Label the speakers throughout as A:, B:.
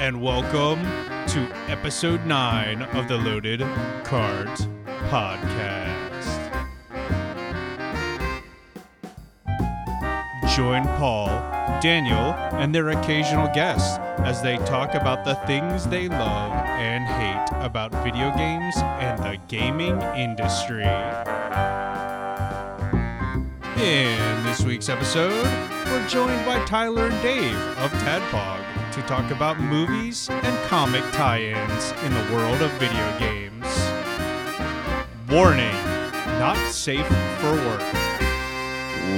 A: and welcome to episode nine of the Loaded Cards Podcast. Join Paul, Daniel, and their occasional guests as they talk about the things they love and hate about video games and the gaming industry. In this week's episode, we're joined by Tyler and Dave of Tadpog to talk about movies and comic tie ins in the world of video games. Warning not safe for work.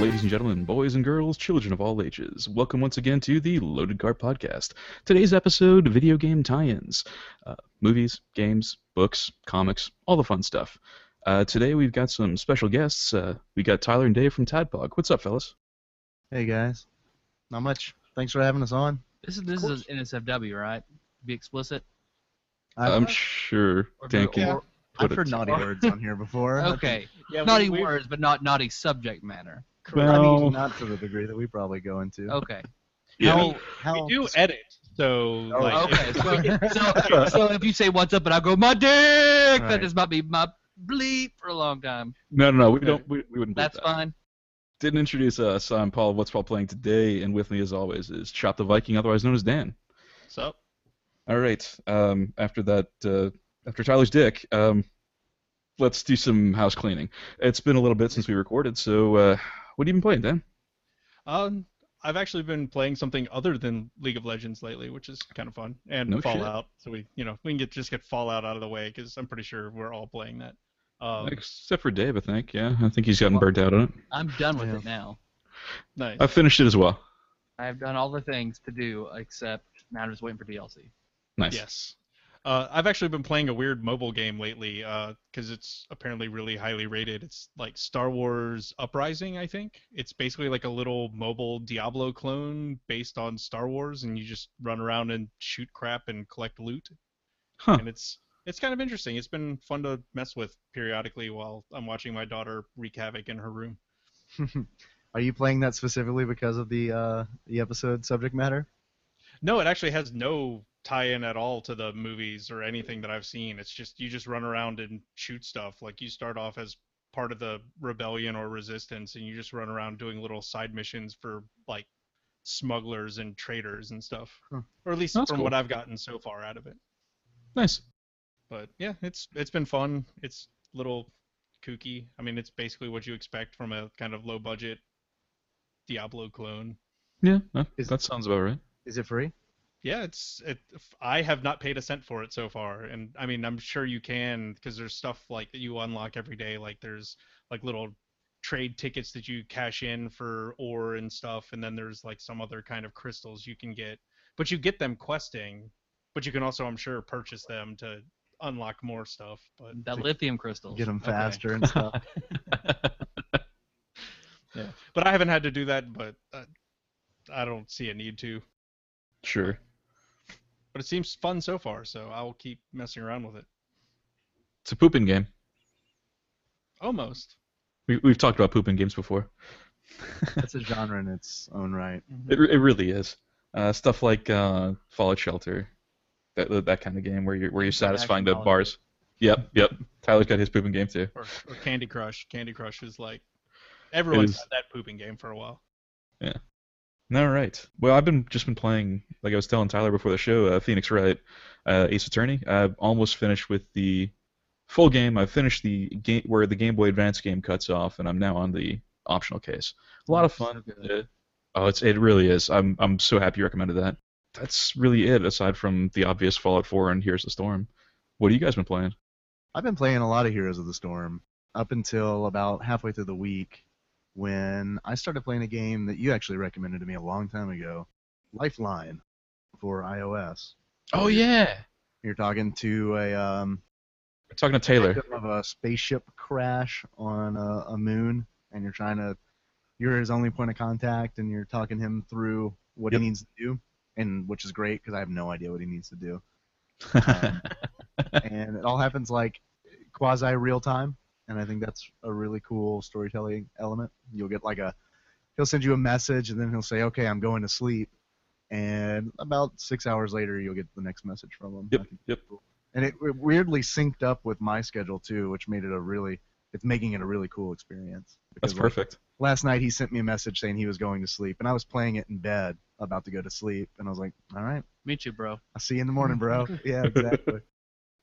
B: Ladies and gentlemen, boys and girls, children of all ages, welcome once again to the Loaded Card Podcast. Today's episode video game tie ins uh, movies, games, books, comics, all the fun stuff. Uh, today we've got some special guests. Uh, we got Tyler and Dave from Tadpog. What's up, fellas?
C: Hey guys, not much. Thanks for having us on.
D: This is this is NSFW, right? Be explicit.
C: I've,
B: I'm sure
D: Or
B: Dan
D: do-
B: can
D: or-
C: I've
B: put
C: heard
B: it.
C: naughty words on here before. I think-
D: okay, naughty words, but not naughty subject matter.
C: I mean,
B: Well, Oh,
C: not to the degree that we probably go into.
D: Okay,
B: yeah.
C: How,
A: We do edit, so
C: Oh,
A: like,
D: okay. So, so, so if you say what's up, and I go my dick, that
C: Right.
D: does not be my bleep for a long time.
B: No, no, no. We don't. We, we wouldn't. do
D: That's
B: that.
D: fine.
B: Didn't introduce us. I'm Paul. of What's Paul playing today? And with me, as always, is Chop the Viking, otherwise known as Dan.
A: so
B: All right. Um, after that, uh, after Tyler's dick, um, let's do some house cleaning. It's been a little bit since we recorded, so uh, what have you been playing, Dan?
E: Um, I've actually been playing something other than League of Legends lately, which is kind of fun, and
B: No shit.
E: Fallout. So we, you know, we can get just get Fallout out of the way because I'm pretty sure we're all playing that. Um,
B: Except for Dave, I think. Yeah, I think he's gotten burnt out on it.
D: I'm done with
C: Yeah.
D: it now.
E: nice.
B: I finished it as well.
D: I have done all the things to do except now I'm just waiting for DLC.
B: Nice.
E: Yes. Uh, I've actually been playing a weird mobile game lately because it's apparently really highly rated. It's like Star Wars Uprising, I think. It's basically like a little mobile Diablo clone based on Star Wars, and you just run around and shoot crap and collect loot.
B: Huh.
E: And it's it's kind of interesting. It's been fun to mess with periodically while I'm watching my daughter wreak havoc in her room.
C: Are you playing that specifically because of the uh, the episode subject matter?
E: No, it actually has no tie-in at all to the movies or anything that I've seen. It's just you just run around and shoot stuff. Like you start off as part of the rebellion or resistance, and you just run around doing little side missions for like smugglers and traders and stuff.
C: Huh.
E: Or at least
B: That's
E: from
B: cool.
E: what I've gotten so far out of it.
B: Nice.
E: But yeah, it's it's been fun. It's a little kooky. I mean, it's basically what you expect from a kind of low-budget Diablo clone.
B: Yeah, no,
C: Is-
B: that sounds about right.
C: Is it free?
E: Yeah, it's it. f- I have not paid a cent for it so far, and I mean, I'm sure you can because there's stuff like that you unlock every day. Like there's like little trade tickets that you cash in for ore and stuff, and then there's like some other kind of crystals you can get. But you get them questing, but you can also, I'm sure, purchase them to unlock more stuff. But
D: The lithium crystals.
C: Get them
E: Okay.
C: faster and stuff.
E: but I haven't had to do that, but uh, I don't see a need to.
B: Sure.
E: But it seems fun so far, so I'll keep messing around with it.
B: It's a pooping game.
E: Almost.
B: We, we've talked about pooping games before.
C: That's a genre in its own right.
B: It, re- it really is. Uh, stuff like uh, Fallout Shelter, that, that- that kind of game where you're where you're satisfying the
D: Action
B: bars. Yep, yep. Tyler's got his pooping game too.
E: or, or Candy Crush. Candy Crush is like everyone's
B: is.
E: had that pooping game for a while.
B: All right. Well, I've been just been playing, like I was telling Tyler before the show, uh, Phoenix Wright, uh, Ace Attorney. I've almost finished with the full game. I've finished the game where the Game Boy Advance game cuts off, and I'm now on the optional case. A lot of fun.
D: So good.
B: Yeah. Oh, it's it really is. I'm I'm so happy you recommended that. That's really it, aside from the obvious Fallout 4 and Here's the Storm. What have you guys been playing?
C: I've been playing a lot of Heroes of the Storm up until about halfway through the week when I started playing a game that you actually recommended to me a long time ago, Lifeline for iOS.
B: Oh yeah.
C: You're talking to a um,
B: We're talking to Taylor.
C: victim of a spaceship crash on a, a moon, and you're trying to, you're his only point of contact, and you're talking him through what
B: Yep.
C: he needs to do, and which is great because I have no idea what he needs to do, and it all happens like quasi real time, and I think that's a really cool storytelling element. You'll get like a, he'll send you a message, and then he'll say, okay, I'm going to sleep, and about six hours later, you'll get the next message from them.
B: Yep, yep.
C: And it, it weirdly synced up with my schedule too, which made it a really it's making it a really cool experience.
B: That's
C: Because, like,
B: perfect.
C: last night he sent me a message saying he was going to sleep, and I was playing it in bed, about to go to sleep, and I was like, "All right,
D: Meet you, bro.
C: I'll see you in the morning, bro." yeah, exactly.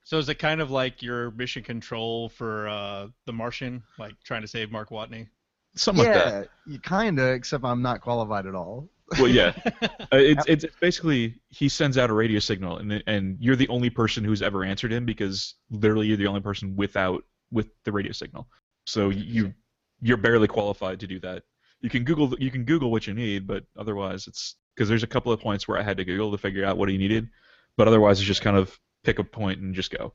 E: So is it kind of like your mission control for uh, The Martian, like trying to save Mark Watney?
B: Something like that.
C: yeah, you kinda, except I'm not qualified at all.
B: Well, yeah, Uh, it's, it's it's basically he sends out a radio signal, and and you're the only person who's ever answered him because literally you're the only person without with the radio signal. So you you're barely qualified to do that. You can Google you can Google what you need, but otherwise it's because there's a couple of points where I had to Google to figure out what he needed, but otherwise it's just kind of pick a point and just go.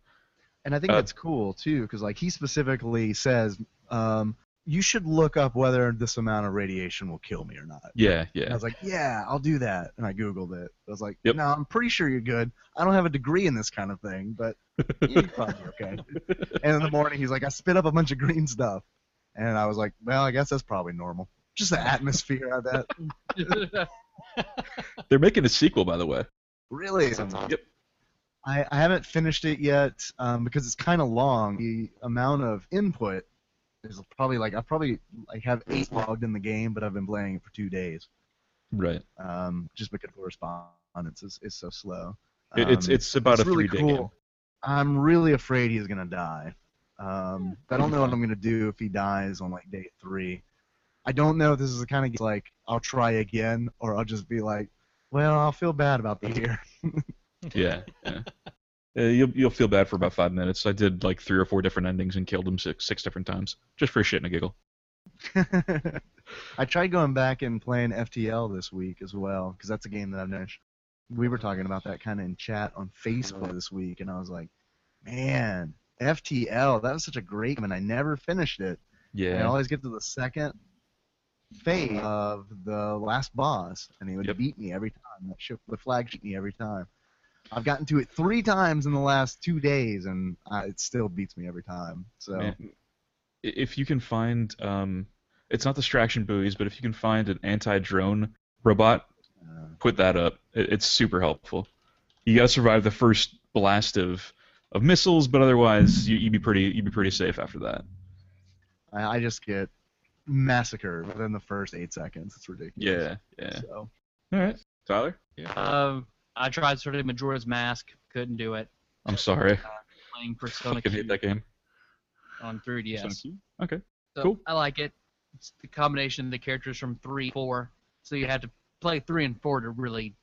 C: And I think
B: Uh,
C: that's cool too, because like he specifically says, um, "You should look up whether this amount of radiation will kill me or not."
B: Yeah,
C: And I
B: yeah,
C: was like, "Yeah, I'll do that," and I googled it. I was like,
B: Yep.
C: "No, I'm pretty sure you're good. I don't have a degree in this kind of thing, but you're probably okay." and in the morning, he's like, "I spit up a bunch of green stuff," and I was like, "Well, I guess that's probably normal. Just the atmosphere of that."
B: they're making a sequel by the way.
C: Really,
B: Yep.
C: I, I haven't finished it yet um, because it's kind of long. The amount of input is probably like I probably like have eight logged in the game, but I've been playing it for two days
B: Right.
C: um, just because correspondence is, is so slow.
B: It, it's
C: Um,
B: it's about
C: it's
B: a
C: really
B: three day
C: cool.
B: game.
C: I'm really afraid he's gonna die. Um, I don't know what I'm gonna do if he dies on like day three. I don't know if this is the kind of game like I'll try again or I'll just be like, well, I'll feel bad about the year.
B: yeah. yeah. Uh, you'll you'll feel bad for about five minutes. I did like three or four different endings and killed him six six different times just for a shit and a giggle.
C: I tried going back and playing FTL this week as well because that's a game that I've never. We were talking about that kind of in chat on Facebook this week, and I was like, man, FTL, that was such a great game, and I never finished it. And I
B: Yeah.
C: always get to the second phase of the last boss, and he would
B: Yep.
C: beat me every time. That ship, the flag shoot me every time. I've gotten to it three times in the last two days, and uh, it still beats me every time. So
B: Man, i- If you can find um, it's not distraction buoys, but if you can find an anti drone robot,
C: uh,
B: put that up. It, it's super helpful. You gotta survive the first blast of of missiles, but otherwise you, you'd be pretty you'd be pretty safe after that.
C: I, I just get massacred within the first eight seconds. It's ridiculous.
B: Yeah. Yeah.
C: So
B: All right, Tyler.
D: um, I tried sort of Majora's Mask, couldn't do it.
B: I'm sorry.
D: Playing
B: I
D: Persona
B: fucking hate
D: Q
B: that game.
D: on 3DS.
B: Okay.
D: So
B: Cool.
D: I like it. It's the combination of the characters from three, four. So you had to play three and four to really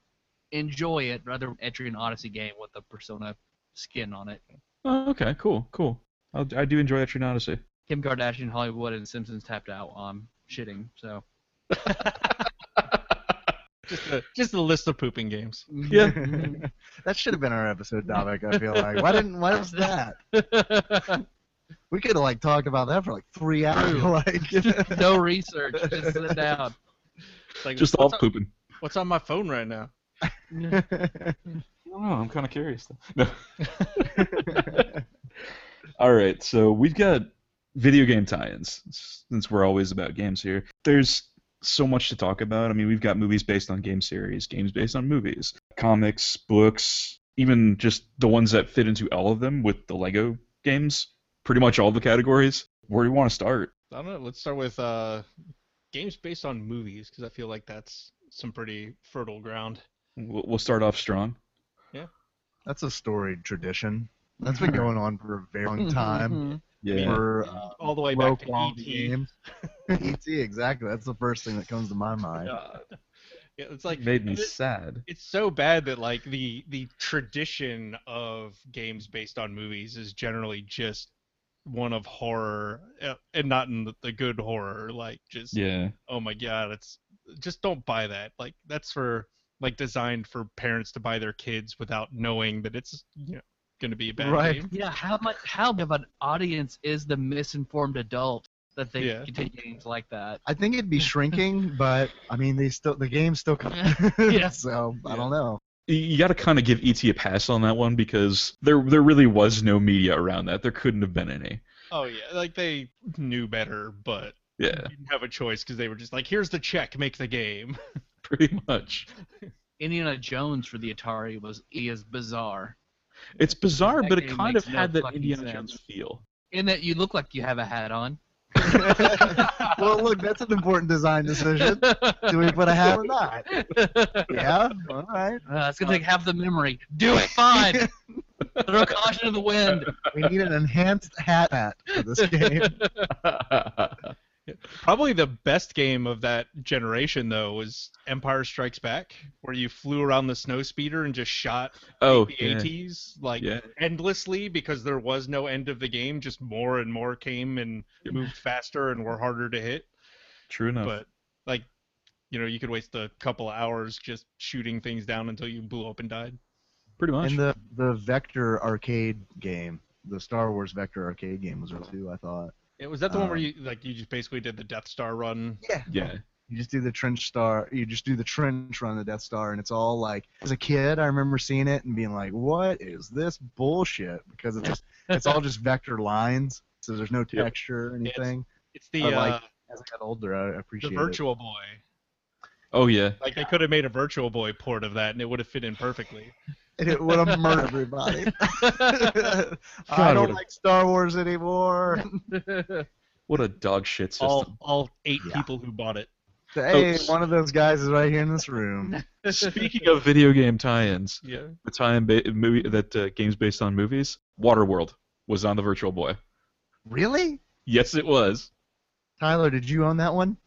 D: enjoy it, rather than Etrian Odyssey game with the Persona skin on it.
B: Oh, okay, cool, cool. i I do enjoy that Odyssey.
D: Kim Kardashian, Hollywood, and Simpsons tapped out on shitting. So
E: Just a, just a list of pooping games.
B: Yeah.
C: that should have been our episode topic. I feel like why didn't why was that? We could have like talked about that for like three hours. Like
D: no research, just sit down.
E: It's like,
B: Just all
E: what's, on,
B: pooping.
E: what's on my phone right now?
B: I don't know. I'm kind of curious. Though. No. all right, so we've got video game tie-ins since we're always about games here. There's so much to talk about. I mean, we've got movies based on game series, games based on movies, comics, books, even just the ones that fit into all of them with the Lego games. Pretty much all the categories. Where do you want to start?
E: I don't know. Let's start with uh, games based on movies because I feel like that's some pretty fertile ground.
B: We'll we'll start off strong.
C: That's a storied tradition. That's been going on for a very long time. For uh,
E: All the way
C: low
E: back to E
C: quality
E: E.T.
C: games. ET, exactly. That's the first thing that comes to my mind.
E: God. Yeah, it's like
B: made me
E: it's-
B: sad.
E: it's so bad that like the the tradition of games based on movies is generally just one of horror uh, and not in the, the good horror like just
B: Yeah.
E: oh my god it's just don't buy that like that's for like designed for parents to buy their kids without knowing that it's you know going to be a bad
C: Right.
E: game
D: Yeah, how much how big of an audience is the misinformed adult that they
E: Yeah.
D: can take games like that?
C: I think it'd be shrinking, but I mean, they still the game still comes.
D: Yeah.
C: So I
E: Yeah.
C: don't know.
B: You got to kind of give ET a pass on that one because there there really was no media around that. There couldn't have been any.
E: oh yeah like they knew better but
B: Yeah,
E: didn't have a choice because they were just like here's the check make the game
B: pretty much.
D: Indiana Jones for the Atari was is bizarre
B: It's bizarre,
D: That
B: but it
D: game
B: kind of
D: makes no
B: had that
D: fucking
B: Indiana
D: sense.
B: Jones feel.
D: in that you look like you have a hat on.
C: well, look, that's an important design decision.
D: Uh,
C: Do we put a hat or not? Yeah. All right.
D: Uh, it's gonna take half the memory. Do it, fine. Throw caution to the wind.
C: We need an enhanced hat hat for this game.
E: Probably the best game of that generation though was Empire Strikes Back, where you flew around the snow speeder and just shot
B: oh,
E: the
B: yeah.
E: ATs like
B: Yeah.
E: endlessly because there was no end of the game. Just more and more came and moved faster and were harder to hit.
B: True enough.
E: But like, you know, you could waste a couple hours just shooting things down until you blew up and died.
B: Pretty much.
C: And the the Vector arcade game, the Star Wars Vector arcade game was there too. I thought.
E: Yeah, was that the one where
C: Um,
E: you like you just basically did the Death Star run?
C: Yeah.
B: yeah.
C: You just do the trench star. You just do the trench run of the Death Star, and it's all like. As a kid, I remember seeing it and being like, "What is this bullshit?" Because it's just, it's all just vector lines, so there's no
B: Yep.
C: texture or
E: Yeah, it's-
C: anything.
E: It's the
C: I like-
E: uh,
C: As I got older, I
E: the
C: appreciate
E: Virtual Boy.
B: Oh yeah.
E: Like they could have made a Virtual Boy port of that and it would have fit in perfectly.
C: it. And it would have murdered everybody. I
B: God, what
C: don't
B: a-
C: like Star Wars anymore.
B: What a dog shit system.
E: all all eight
C: Yeah.
E: people who bought it.
C: hey,
B: Oops.
C: one of those guys is right here in this room.
B: Speaking of video game tie-ins,
E: Yeah.
B: the tie-in ba- movie that uh, games based on movies, Waterworld was on the Virtual Boy.
C: Really?
B: Yes, it was.
C: Tyler, did you own that one?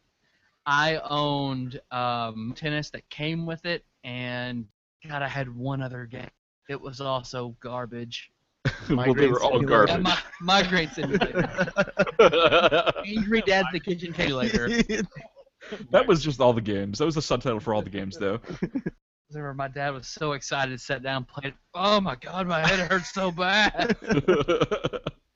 D: I owned um, tennis that came with it, and God, I had one other game. It was also garbage.
B: well, they
C: Migraine
B: were all
C: simulator.
B: garbage.
D: Yeah, my, migraine simulator. Angry Dad's the kitchen simulator.
B: that was just all the games. That was the subtitle for all the games, though.
D: I remember my dad was so excited, sat down, played. it. Oh my God, my head hurts so bad.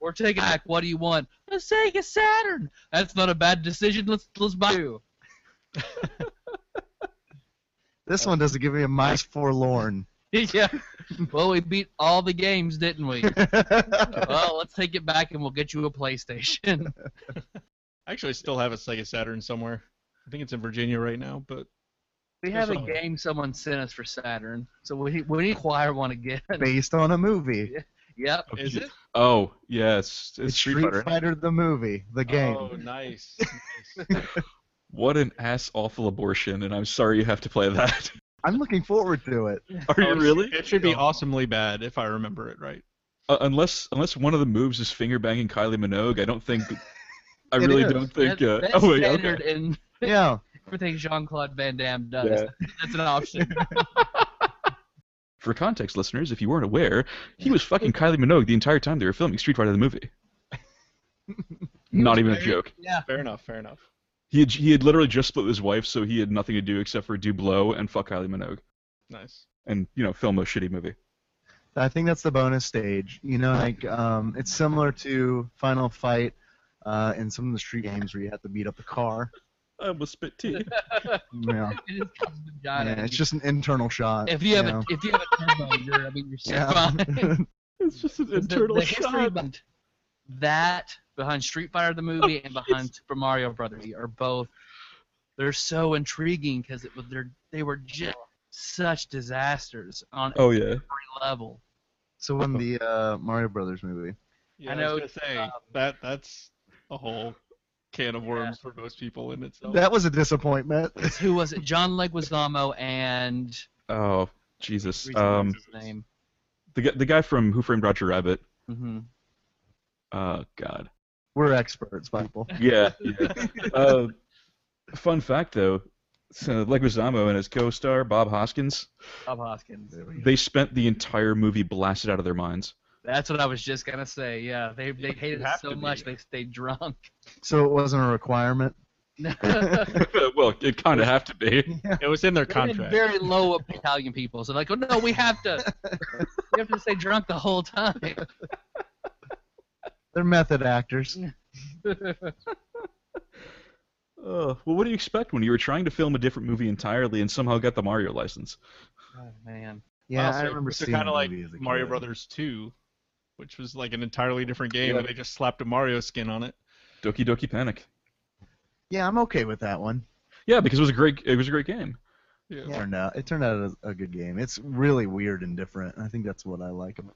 D: We're taking back. What do you want? A Sega Saturn. That's not a bad decision. Let's let's buy you.
C: this one doesn't give me a mice forlorn.
D: yeah. Well, we beat all the games, didn't we? well, let's take it back and we'll get you a PlayStation.
E: I actually still have a Sega Saturn somewhere. I think it's in Virginia right now, but
D: We
E: There's
D: have a
E: some-
D: game someone sent us for Saturn, so we we need to acquire one again.
C: Based on a movie.
D: Yep.
B: Oh,
E: is
B: geez.
E: it?
B: oh, yes, it's,
C: It's
B: Street, Fighter.
C: the movie, the game.
E: Oh, nice. nice.
B: What an ass awful abortion, and I'm sorry you have to play that.
C: I'm looking forward to it.
B: Are you
E: Oh,
B: really?
E: It should be awesomely bad if I remember it right.
B: Uh, unless unless one of the moves is finger banging Kylie Minogue, I don't think. I
C: It
B: really
C: is.
B: don't think.
D: That-
B: Uh,
D: that's
B: oh wait,
D: standard
B: okay.
D: in
C: Yeah.
D: everything Jean Claude Van Damme does.
B: Yeah.
D: That's an option.
B: For context, listeners, if you weren't aware, he was fucking Kylie Minogue the entire time they were filming Street Fighter the movie. Not even a
E: very-
B: joke.
D: yeah.
E: Fair enough. Fair enough.
B: He had, he had literally just split with his wife, so he had nothing to do except for do blow and fuck Kylie Minogue
E: Nice.
B: and you know film a shitty movie.
C: I think that's the bonus stage. You know, like um, it's similar to Final Fight uh, in some of the street games where you have to beat up the car.
B: I almost spit tea.
C: Yeah.
D: It is kind of vagina.
C: yeah it's just an internal shot.
D: if you have
C: know.
D: a if you have a turbo, you're I mean you're so fine.
C: yeah.
B: it's just an
D: The-
B: internal
D: the history
B: shot.
D: behind that behind Street Fighter the movie and behind Super Mario Brothers are both they're so intriguing because it was they're they were just such disasters on
B: Oh yeah.
D: every level.
C: so when the uh, Mario Brothers movie.
E: Yeah,
D: I
E: I
D: know,
E: know. was gonna say
D: um,
E: that that's a whole can of worms for most people in itself.
C: That was a disappointment.
D: 'Cause Who was it? John Leguizamo and
B: Oh Jesus.
D: Reese,
B: Um,
D: what's his name?
B: the gu- the guy from Who Framed Roger Rabbit.
D: hmm
B: Oh God.
C: We're experts, people.
B: Yeah. yeah. uh, fun fact though, so Leguizamo and his co-star Bob Hoskins,
D: Bob Hoskins.
B: they spent the entire movie blasted out of their minds.
D: That's what I was just gonna say. Yeah, they they hated it
E: have
D: so
E: to be.
D: much they stayed drunk.
C: So it wasn't a requirement.
B: well, it kind of have to be.
C: Yeah.
E: It was in their
D: They had
E: contract.
D: Very low Italian people. So like, oh no, we have to, we have to stay drunk the whole time.
C: They're method actors.
B: Uh, well, what do you expect when you were trying to film a different movie entirely and somehow got the Mario license?
D: Oh, man.
C: Yeah, I
E: Also,
C: remember
E: so
C: seeing
E: kind of
C: the
E: like
C: movie as a
E: Mario
C: kid.
E: Brothers 2, which was like an entirely different game,
B: Yeah.
E: and they just slapped a Mario skin on it.
B: Doki Doki Panic.
C: Yeah, I'm okay with that one.
B: Yeah, because it was a great it was a great game.
E: Yeah.
C: It turned out it turned out as a good game. It's really weird and different. and I think that's what I like. about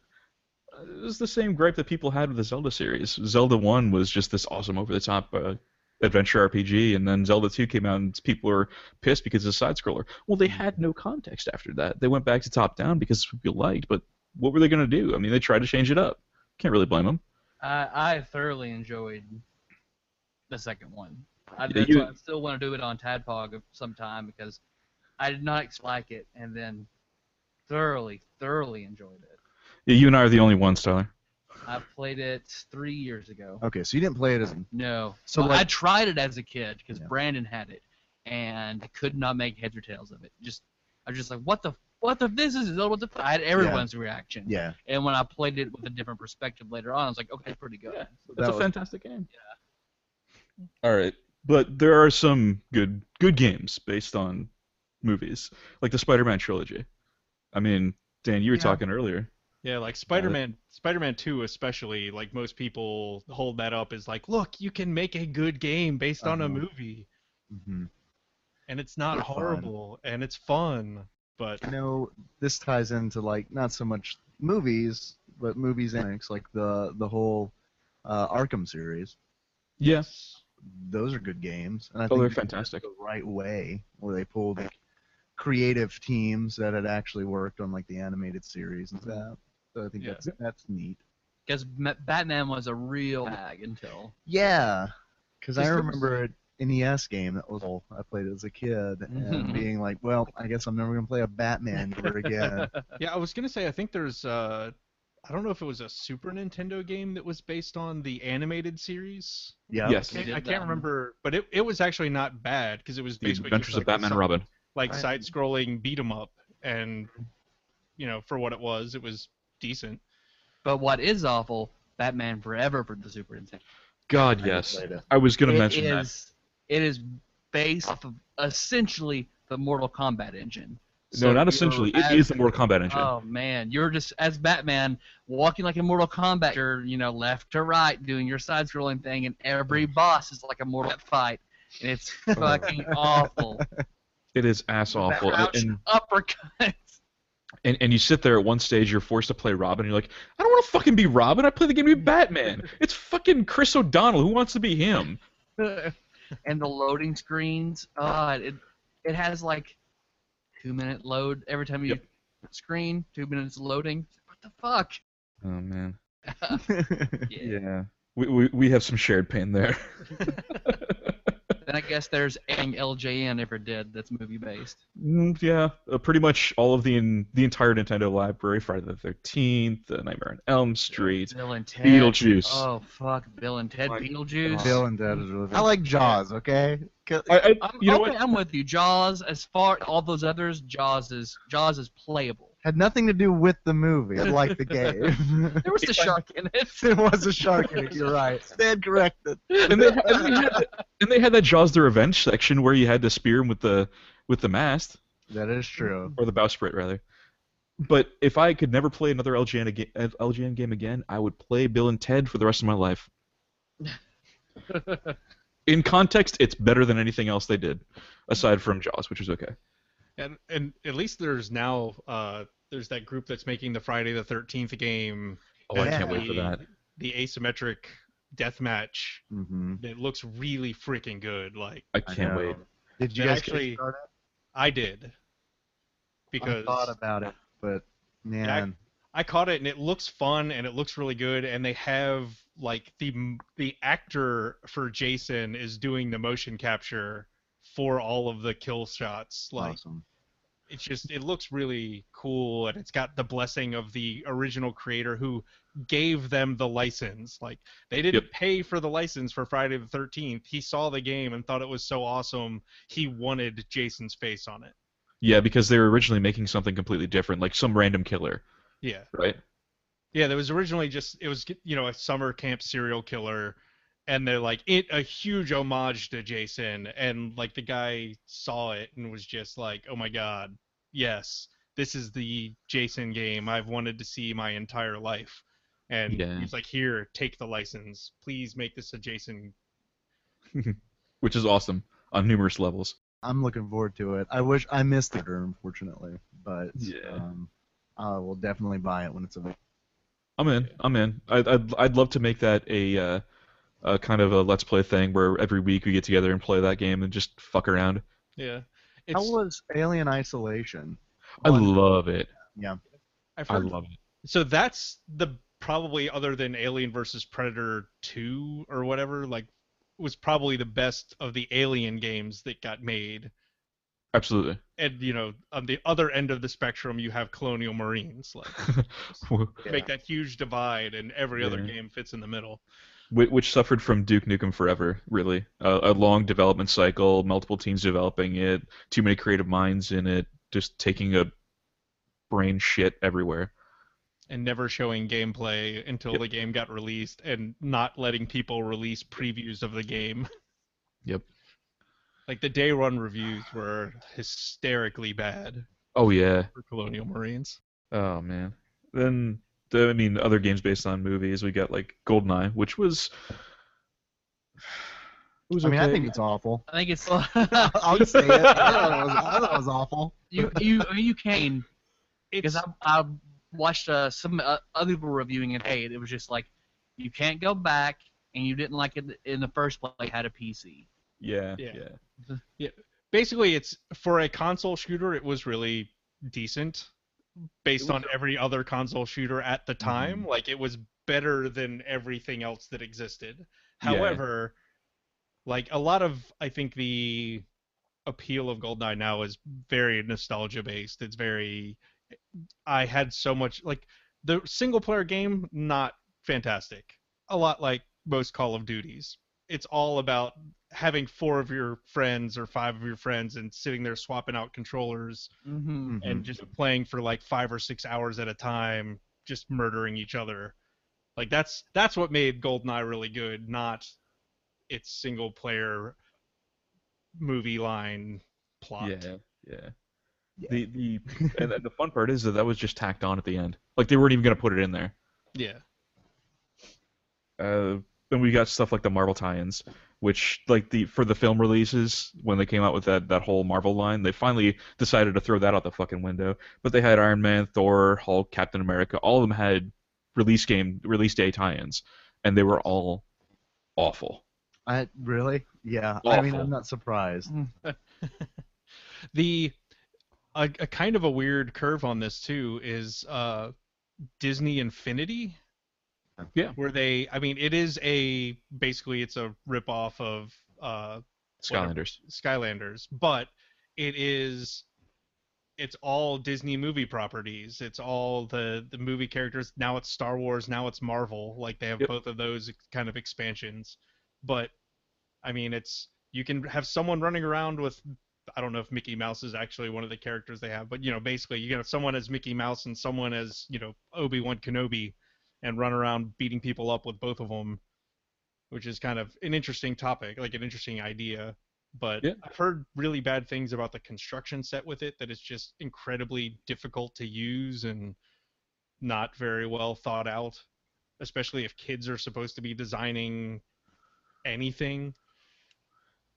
B: Uh, It was the same gripe that people had with the Zelda series. Zelda 1 was just this awesome over the top uh, adventure RPG, and then Zelda 2 came out and people were pissed because it's a side scroller. Well, they had no context after that. They went back to top down because it's what people liked, but what were they going to do? I mean, they tried to change it up. Can't really blame them.
D: I, I thoroughly enjoyed the second one. I,
B: Yeah,
D: that's
B: you-
D: why I still want to do it on Tadpog sometime because I did not like it and then thoroughly, thoroughly enjoyed it.
B: Yeah, you and I are the only ones, Tyler.
D: I played it three years ago.
C: it. Okay, so you didn't play it as
D: No.
C: So,
D: So I
C: like-
D: tried it as a kid because
C: Yeah.
D: Brandon had it, and I could not make heads or tails of it. Just I was just like, what the what the this is what the f-" I had everyone's reaction.
C: yeah.
D: And when I played it with a different perspective later on, I was like, okay, pretty good.
B: Yeah. It's
C: That
B: a
C: was-
B: fantastic game. All right, but there are some good good games based on movies, like the Spider-Man trilogy. I mean, Dan, you were
D: Yeah.
B: talking earlier.
E: Yeah, like Spider-Man, Spider-Man 2 especially, like most people hold that up as like, look, you can make a good game based on a
C: Uh-huh.
E: movie,
C: hmm
E: and it's not
C: It's fun.
E: horrible and it's fun, but
C: You know, this ties into like not so much movies, but movies and comics, like the the whole uh, Arkham series.
B: Yes.
C: Those are good games, and I
B: Oh,
C: think
B: they're
C: they did it
B: fantastic.
C: The right way, where they pulled like, creative teams that had actually worked on like the animated series and stuff. So I think
E: Yeah.
C: that's that's neat.
D: Because Batman was a real bag until
C: Yeah, because I
E: Just the-
C: remember an NES game that was all I played as a kid, and
D: Mhm.
C: being like, "Well, I guess I'm never gonna play a Batman ever again."
E: yeah, I was gonna say I think there's uh, I don't know if it was a Super Nintendo game that was based on the animated series.
C: Yeah.
E: I
B: Yes.
D: They
E: can't,
D: did
E: I
D: that
E: can't
D: one.
E: remember, but it, it was actually not bad because it was
B: The
E: basically just
B: Adventures
E: like
B: of Batman
E: si-
B: and Robin.
E: like
D: Right.
E: side-scrolling beat 'em up, and you know for what it was, it was decent.
D: But what is awful, Batman Forever for the Super Nintendo.
B: God,
C: I
B: yes.
C: played it.
B: I was gonna
D: It
B: mention that.
D: is- It is based off of essentially the Mortal Kombat engine.
B: no,
D: So
B: not
D: you're
B: essentially. It
D: as-
B: is the Mortal Kombat engine.
D: Oh man, you're just as Batman walking like a Mortal Kombat, you're, you know, left to right doing your side scrolling thing, and every
B: Mm.
D: boss is like a Mortal Kombat fight, and it's fucking awful.
B: It is ass awful. And,
D: Crouch,
B: and,
D: uppercuts.
B: and and you sit there at one stage, you're forced to play Robin, and you're like, I don't want to fucking be Robin. I play the game to be Batman. It's fucking Chris O'Donnell. Who wants to be him?
D: and the loading screens. Uh, it it has like two minute load every time you screen. Two minutes loading. What the fuck?
B: Oh man.
D: Yeah.
B: Yeah. We, we, we have some shared pain there.
D: Then I guess there's anything LJN ever did that's movie based.
B: Mm, yeah, uh, pretty much all of the in, the entire Nintendo library, Friday the 13th, uh, Nightmare on Elm Street,
D: Bill and Ted.
B: Beetlejuice.
D: Oh fuck, Bill and Ted
B: Like,
D: Beetlejuice.
C: Bill and Ted is really- Oh. I like Jaws. Okay. 'Cause-
B: I, I,
D: I'm,
B: you know
D: okay,
B: what?
D: I'm with you. Jaws, as far all those others, Jaws is Jaws is playable.
C: had nothing to do with the movie. I like the game.
D: There was the
B: If I-
D: shark in it.
C: there was a shark in it. You're right. Stand corrected.
B: And they, and, they had, and they had that Jaws the Revenge section where you had to spear him with the with the mast
C: That is true.
B: or the bowsprit rather. But if I could never play another LGN, aga- uh, LGN game again, I would play Bill and Ted for the rest of my life. In context, it's better than anything else they did, aside from Jaws, which is okay.
E: And and at least there's now uh, there's that group that's making the Friday the 13th game
B: Oh, I can't wait for
E: Yeah.
B: that.
E: the asymmetric deathmatch
C: Mm-hmm.
E: that looks really freaking good. Like
B: I can't wait.
C: Did you
E: That
C: guys
E: actually-
C: kickstart it?
E: I did because
C: I thought about it, but man,
E: I caught it and it looks fun and it looks really good and they have like the m- the actor for Jason is doing the motion capture for all of the kill shots. Like
C: awesome.
E: it's just it looks really cool and it's got the blessing of the original creator who gave them the license like they didn't
B: Yep.
E: pay for the license for friday the 13th he saw the game and thought it was so awesome he wanted jason's face on it
B: Yeah, because they were originally making something completely different, like some random killer,
E: yeah
B: right?
E: yeah there was originally just it was you know a summer camp serial killer and they're like it a huge homage to jason and like the guy saw it and was just like oh my god yes this is the jason game i've wanted to see my entire life and
B: Yeah.
E: he's like here take the license please make this a jason
B: Which is awesome on numerous levels.
C: I'm looking forward to it. I wish I missed the term, unfortunately, but
B: Yeah.
C: um, I will definitely buy it when it's available.
B: I'm in. I'm in. I'd, I'd, I'd love to make that a, uh, a kind of a let's play thing where every week we get together and play that game and just fuck around.
E: Yeah. It's,
C: How was Alien Isolation?
B: I
C: One.
B: love it.
E: I've
B: I
E: heard
B: love it.
E: so that's the probably other than Alien versus Predator 2 or whatever, like was probably the best of the Alien games that got made.
B: Absolutely.
E: And you know, on the other end of the spectrum, you have Colonial Marines, like make that huge divide, and every other
B: Yeah.
E: game fits in the middle.
B: Wh- which suffered from Duke Nukem Forever, really. Uh, a long development cycle, multiple teams developing it, too many creative minds in it, just taking a brain shit everywhere.
E: and never showing gameplay until
B: Yep.
E: the game got released and not letting people release previews of the game.
B: Yep.
E: Like the day run reviews were hysterically bad
B: Oh yeah.
E: for Colonial Marines.
B: Oh man. Then the, I mean, other games based on movies. We got like GoldenEye, which was. it was
C: I mean, I
B: okay.
C: think it's awful.
D: I think it's
C: I'll just say it. I thought it was, I thought it was awful.
D: you you I mean, you can
E: It's
D: because I I watched uh, some uh, other people reviewing it. Hey, it was just like you can't go back and you didn't like it in the first place. Had a PC.
B: Yeah.
E: Yeah.
B: yeah.
E: basically it's for a console shooter it was really decent based on every other console shooter at the time. Like it was better than everything else that existed.
B: Yeah.
E: However, like a lot of I think the appeal of Goldeneye now is very nostalgia based. It's very I had so much like the single player game not fantastic. A lot like most Call of Duties. It's all about having four of your friends or five of your friends and sitting there swapping out controllers
D: Mm-hmm.
E: and just playing for like five or six hours at a time, just murdering each other. Like that's that's what made Goldeneye really good, not its single player movie line plot.
B: Yeah, yeah. The the and the fun part is that that was just tacked on at the end. Like they weren't even gonna put it in there.
E: Yeah.
B: Uh, and we got stuff like the Marvel tie-ins, which like the for the film releases when they came out with that that whole Marvel line, they finally decided to throw that out the fucking window. But they had Iron Man, Thor, Hulk, Captain America. All of them had release game release day tie-ins, and they were all awful.
C: I really? Yeah. I mean,
B: Awful.
C: I'm not surprised.
E: The a, a kind of a weird curve on this too is uh, Disney Infinity.
B: Yeah.
E: Where they, I mean, it is a basically it's a ripoff of uh, Whatever.
B: Skylanders.
E: Skylanders, but it is it's all Disney movie properties. It's all the the movie characters. Now it's Star Wars, now it's Marvel. Like they have
B: Yep.
E: both of those ex- kind of expansions. But I mean, it's you can have someone running around with I don't know if Mickey Mouse is actually one of the characters they have, but you know, basically you can have someone as Mickey Mouse and someone as, you know, Obi-Wan Kenobi and run around beating people up with both of them, which is kind of an interesting topic, like an interesting idea. But
B: Yeah.
E: I've heard really bad things about the construction set with it, that it's just incredibly difficult to use and not very well thought out, especially if kids are supposed to be designing anything.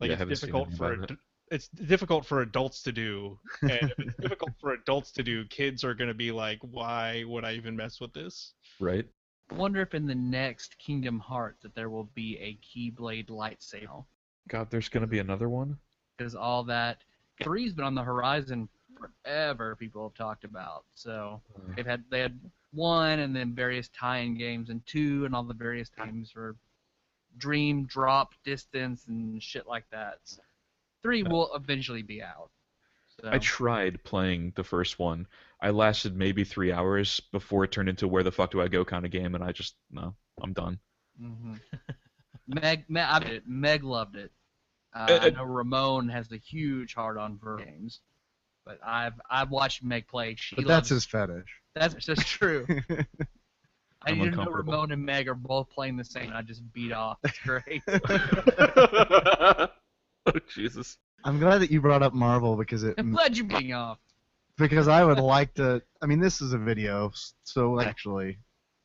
E: Like
B: Yeah, I
E: it's
B: haven't seen
E: difficult
B: anything
E: for
B: about
E: ad- it's difficult for adults to do, and if it's difficult for adults to do, kids are going to be like, "Why would I even mess with this?"
B: Right.
D: I wonder if in the next Kingdom Hearts that there will be a Keyblade lightsaber
B: God, there's gonna be another one.
D: because all that three's been on the horizon forever. People have talked about so
B: Mm.
D: they've had they had one and then various tie-in games and two and all the various times for dream drop distance and shit like that. So three will eventually be out. So,
B: I tried playing the first one. I lasted maybe three hours before it turned into where the fuck do I go kind of game, and I just no, I'm done.
D: mhm. Meg, Meg, I did it. Meg loved it. Uh,
B: Uh, uh,
D: I know Ramon has a huge hard on for games, but I've I've watched Meg play. She
C: But that's his
D: loves-
C: fetish.
D: That's that's true. I
B: I'm
D: didn't know
B: uncomfortable.
D: Ramon and Meg are both playing the same. and I just beat off. It's great.
B: oh Jesus!
C: I'm glad that you brought up Marvel because it
D: I'm glad you're beating off.
C: because I would like to. I mean, this is a video, s- so actually,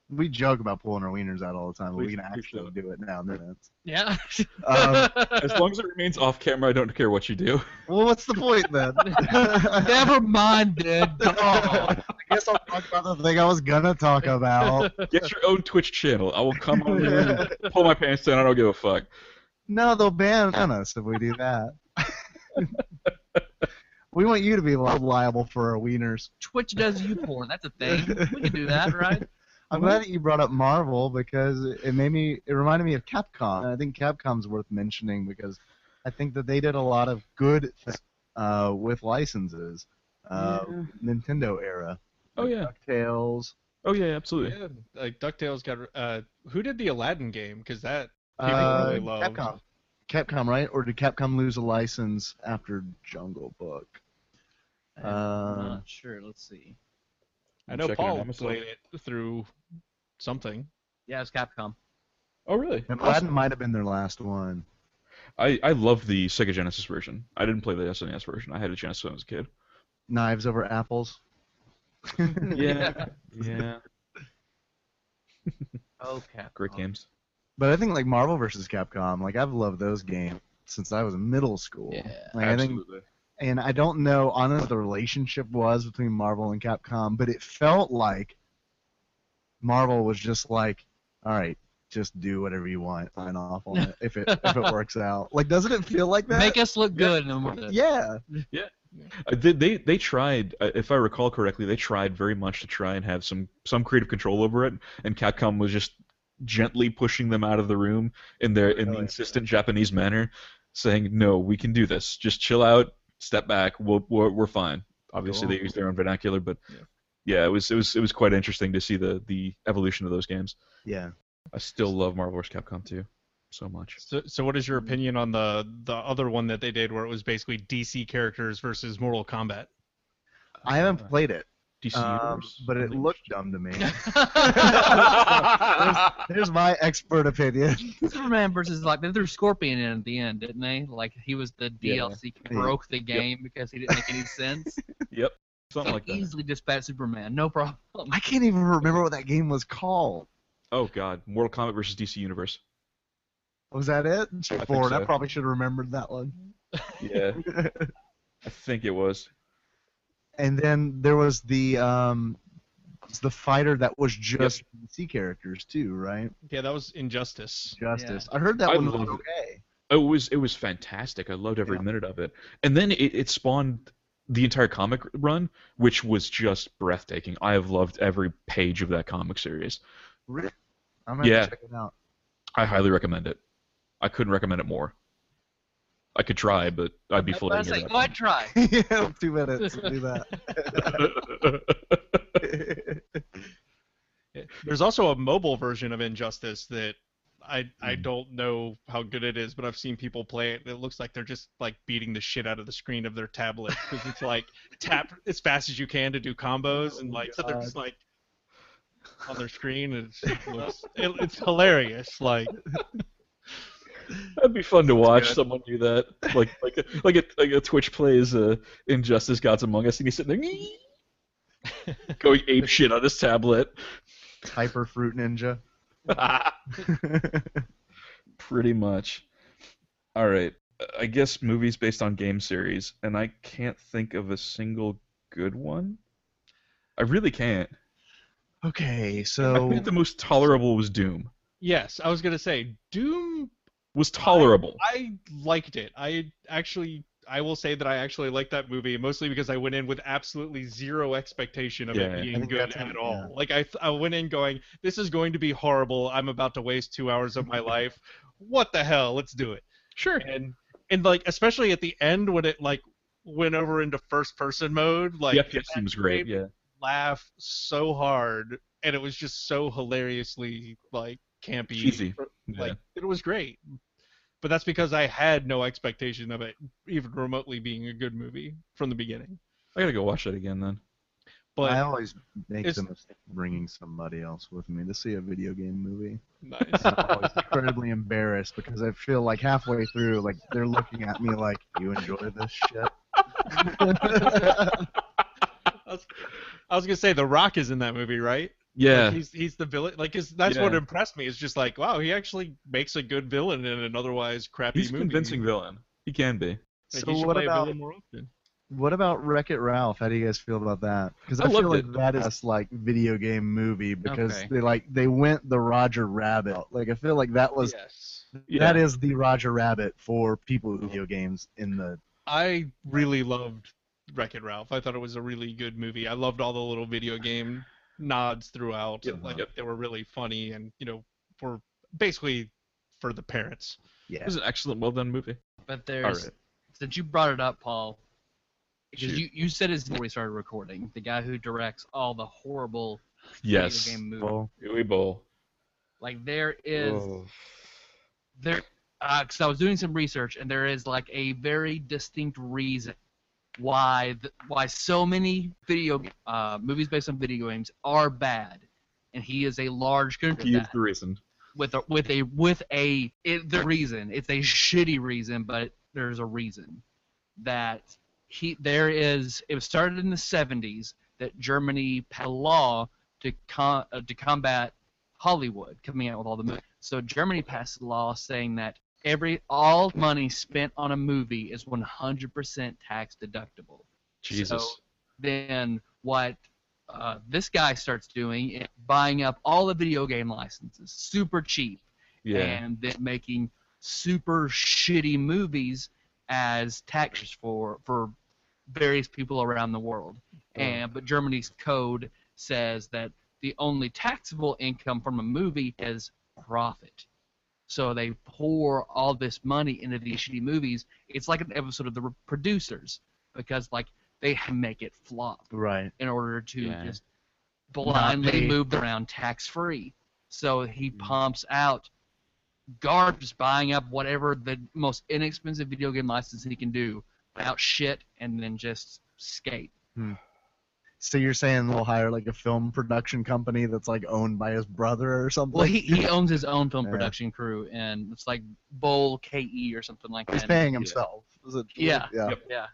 C: we joke about pulling our wieners out all the time, but we,
B: We-
C: can
B: we
C: actually
B: should.
C: do it now. No, that's,
D: Yeah.
C: um,
B: As long as it remains off camera, I don't care what you do.
C: well, what's the point then?
D: Never mind, dude.
C: I guess I'll talk about the thing I was gonna talk about.
B: Get your own Twitch channel. I will come on here and pull my pants down. I don't give a fuck.
C: No, they'll ban us if we do that. we want you to be li- liable for our wieners.
D: Twitch does you porn. That's a thing. We can do that, right?
C: I'm glad that you brought up Marvel because it it made me. It reminded me of Capcom. And I think Capcom's worth mentioning because I think that they did a lot of good uh, with licenses. Uh, Nintendo era.
B: Oh yeah.
C: Tales.
B: Oh yeah. Absolutely.
E: Yeah, like Ducktales got. Uh, who did the Aladdin game? Because that people
C: Uh,
E: really loved.
C: Capcom. Capcom, right? Or did Capcom lose a license after Jungle Book?
D: I'm
C: Uh,
D: not sure. Let's see.
E: I know
B: Checking it out
E: Paul
B: myself.
E: played it through something.
D: Yeah, it's Capcom.
B: Oh really?
C: and Aladdin might have been their last one.
B: I I love the Sega Genesis version. I didn't play the SNES version. I had a chance when I was a kid.
C: Knives over apples.
B: Yeah. yeah.
D: Oh, Capcom.
B: Great games.
C: But I think like Marvel versus Capcom, like I've loved those games since I was in middle school.
D: Yeah,
C: like, I think,
B: absolutely.
C: and I don't know honestly what the relationship was between Marvel and Capcom, but it felt like Marvel was just like, all right, just do whatever you want, sign off on it if it if it works out. Like, doesn't it feel like that?
D: Make us look good. And then we're good.
C: yeah.
B: Uh, they, they they tried, uh, if I recall correctly, they tried very much to try and have some some creative control over it, and Capcom was just gently pushing them out of the room in their in the
C: Really?
B: insistent Japanese manner, saying, "No, we can do this. Just chill out, step back. We'll, we're we're fine." Obviously, they
C: Cool.
B: use their own vernacular, but
E: Yeah.
B: yeah, it was it was it was quite interesting to see the the evolution of those games.
C: Yeah.
B: I still love Marvel vs. Capcom 2 so much.
E: So, so what is your
B: Hmm.
E: opinion on the the other one that they did, where it was basically DC characters versus Mortal Kombat?
C: I haven't played it,
B: DC
C: um,
B: Universe.
C: but it
B: Unleashed.
C: looked dumb to me. There's my expert opinion.
D: Superman versus like they threw Scorpion in at the end, didn't they? Like he was the DLC
C: Yeah.
D: broke the game because he didn't make any sense.
B: Yep, something
D: They
B: like that.
D: easily dispatch Superman, no problem.
C: I can't even remember what that game was called.
B: Oh God, Mortal Kombat versus DC Universe.
C: Was that it? Four.
B: think
C: and I
B: so.
C: probably should have remembered that one.
B: Yeah, I think it was.
C: and then there was the um, it's the fighter that was just DC characters too, right?
E: Yeah, that was Injustice.
C: Justice. I heard that
B: I
C: one was
B: love it.
C: okay.
B: It was it was fantastic. I loved every
C: Yeah.
B: minute of it. And then it, it spawned the entire comic run, which was just breathtaking. I have loved every page of that comic series.
C: Really? I'm gonna have
B: Yeah.
C: to check it out.
B: I highly recommend it. I couldn't recommend it more. I could try, but I'd be
D: I was
B: floating.
D: like, go ahead, try.
C: yeah, two minutes to do that.
E: Yeah. There's also a mobile version of Injustice that I I
B: Mhm.
E: don't know how good it is, but I've seen people play it. It looks like they're just like beating the shit out of the screen of their tablet because it's like tap as fast as you can to do combos and like so they're just like on their screen and it's, it looks, it, it's hilarious. Like
B: That'd be fun to watch
E: good.
B: someone do that. Like like a, like a like a Twitch plays uh, Injustice Gods Among Us, and he's sitting there going ape shit on his tablet.
C: Hyper Fruit Ninja.
B: Pretty much. All right. I guess movies based on game series, and I can't think of a single good one. I really can't.
C: okay,
B: I
C: so
B: think the most tolerable was Doom.
E: yes, I was gonna say Doom.
B: Was tolerable.
E: I liked it. I actually. I will say that I actually liked that movie mostly because I went in with absolutely zero expectation of
B: Yeah.
E: it
C: I
E: being
C: think
E: good
C: that's how-
E: at all. Like I, th- I went in going, this is going to be horrible. I'm about to waste two hours of my life. What the hell? Let's do it.
B: Sure.
E: And and like especially at the end when it like went over into first person mode, like
B: Like, the FPS
E: that
B: team was great.
E: made me
B: Yeah.
E: laugh so hard and it was just so hilariously like campy.
B: Cheesy.
E: Like it was great. But that's because I had no expectation of it even remotely being a good movie from the beginning.
B: I gotta go watch that again then.
E: But
C: I always make
E: it's-
C: the mistake of bringing somebody else with me to see a video game movie.
E: nice.
C: I'm always Oh, incredibly embarrassed because I feel like halfway through, like they're looking at me like, "You enjoy this shit?"
E: I was gonna say The Rock is in that movie, right?
B: Yeah.
E: Like, he's he's the villain. Like is that's what
B: Yeah.
E: impressed me. It's just like wow, he actually makes a good villain in an otherwise crappy
B: He's a
E: movie.
B: convincing villain. He can be.
E: Like,
C: So
E: he should
C: what
E: play a
C: about-
E: villain more often.
C: What about Wreck It Ralph? How do you guys feel about that? Because
B: I
C: I, feel
B: loved
C: like
B: it.
C: that is best, like video game movie because
D: Okay.
C: they like they went the Roger Rabbit. Like I feel like that was
E: Yes.
B: Yeah.
C: that is the Roger Rabbit for people with video games in the
E: I really loved Wreck It Ralph. I thought it was a really good movie. I loved all the little video game nods throughout.
B: Yep.
E: like
B: Yep.
E: they were really funny and you know for basically for the parents.
B: It
C: yeah.
B: was an excellent, well done movie.
D: But
B: All
D: there's
B: right.
D: since you brought it up, Paul, because
B: Shoot.
D: you, you said it before we started recording. The guy who directs all the horrible,
B: Yes.
D: game movie.
C: Oh.
B: Bowl. Ooey bowl.
D: like there is
B: Oh.
D: there, because I was doing some research and there is like a very distinct reason why th- why so many video uh, movies based on video games are bad, and he is a large
B: He
D: contributor.
B: is the reason.
D: with a with a with a it, the reason. It's a shitty reason, but there's a reason that he there is. It was started in the 70s that Germany passed a law to con, uh, to combat Hollywood coming out with all the movies. So Germany passed a law saying that every all money spent on a movie is 100% tax deductible
B: Jesus.
D: then what uh, this guy starts doing is buying up all the video game licenses super cheap
B: yeah.
D: and then making super shitty movies as taxes for for various people around the world and but germany's code says that the only taxable income from a movie is profit so they pour all this money into these shitty movies it's like an episode of the producers because like they make it flop
C: Right.
D: in order to
B: Yeah.
D: just
C: pay.
D: blindly move around tax free. So he
C: Mm-hmm.
D: pumps out garbage, buying up whatever the most inexpensive video game license he can do, out shit, and then just skate.
C: So you're saying they'll hire like a film production company that's like owned by his brother or something?
D: Well, he, he owns his own film
C: Yeah.
D: production crew, and it's like Bowl KE or something like
C: He's
D: that.
C: paying himself. Is it-
D: Yeah.
C: Yeah.
B: Yep.
D: Yeah.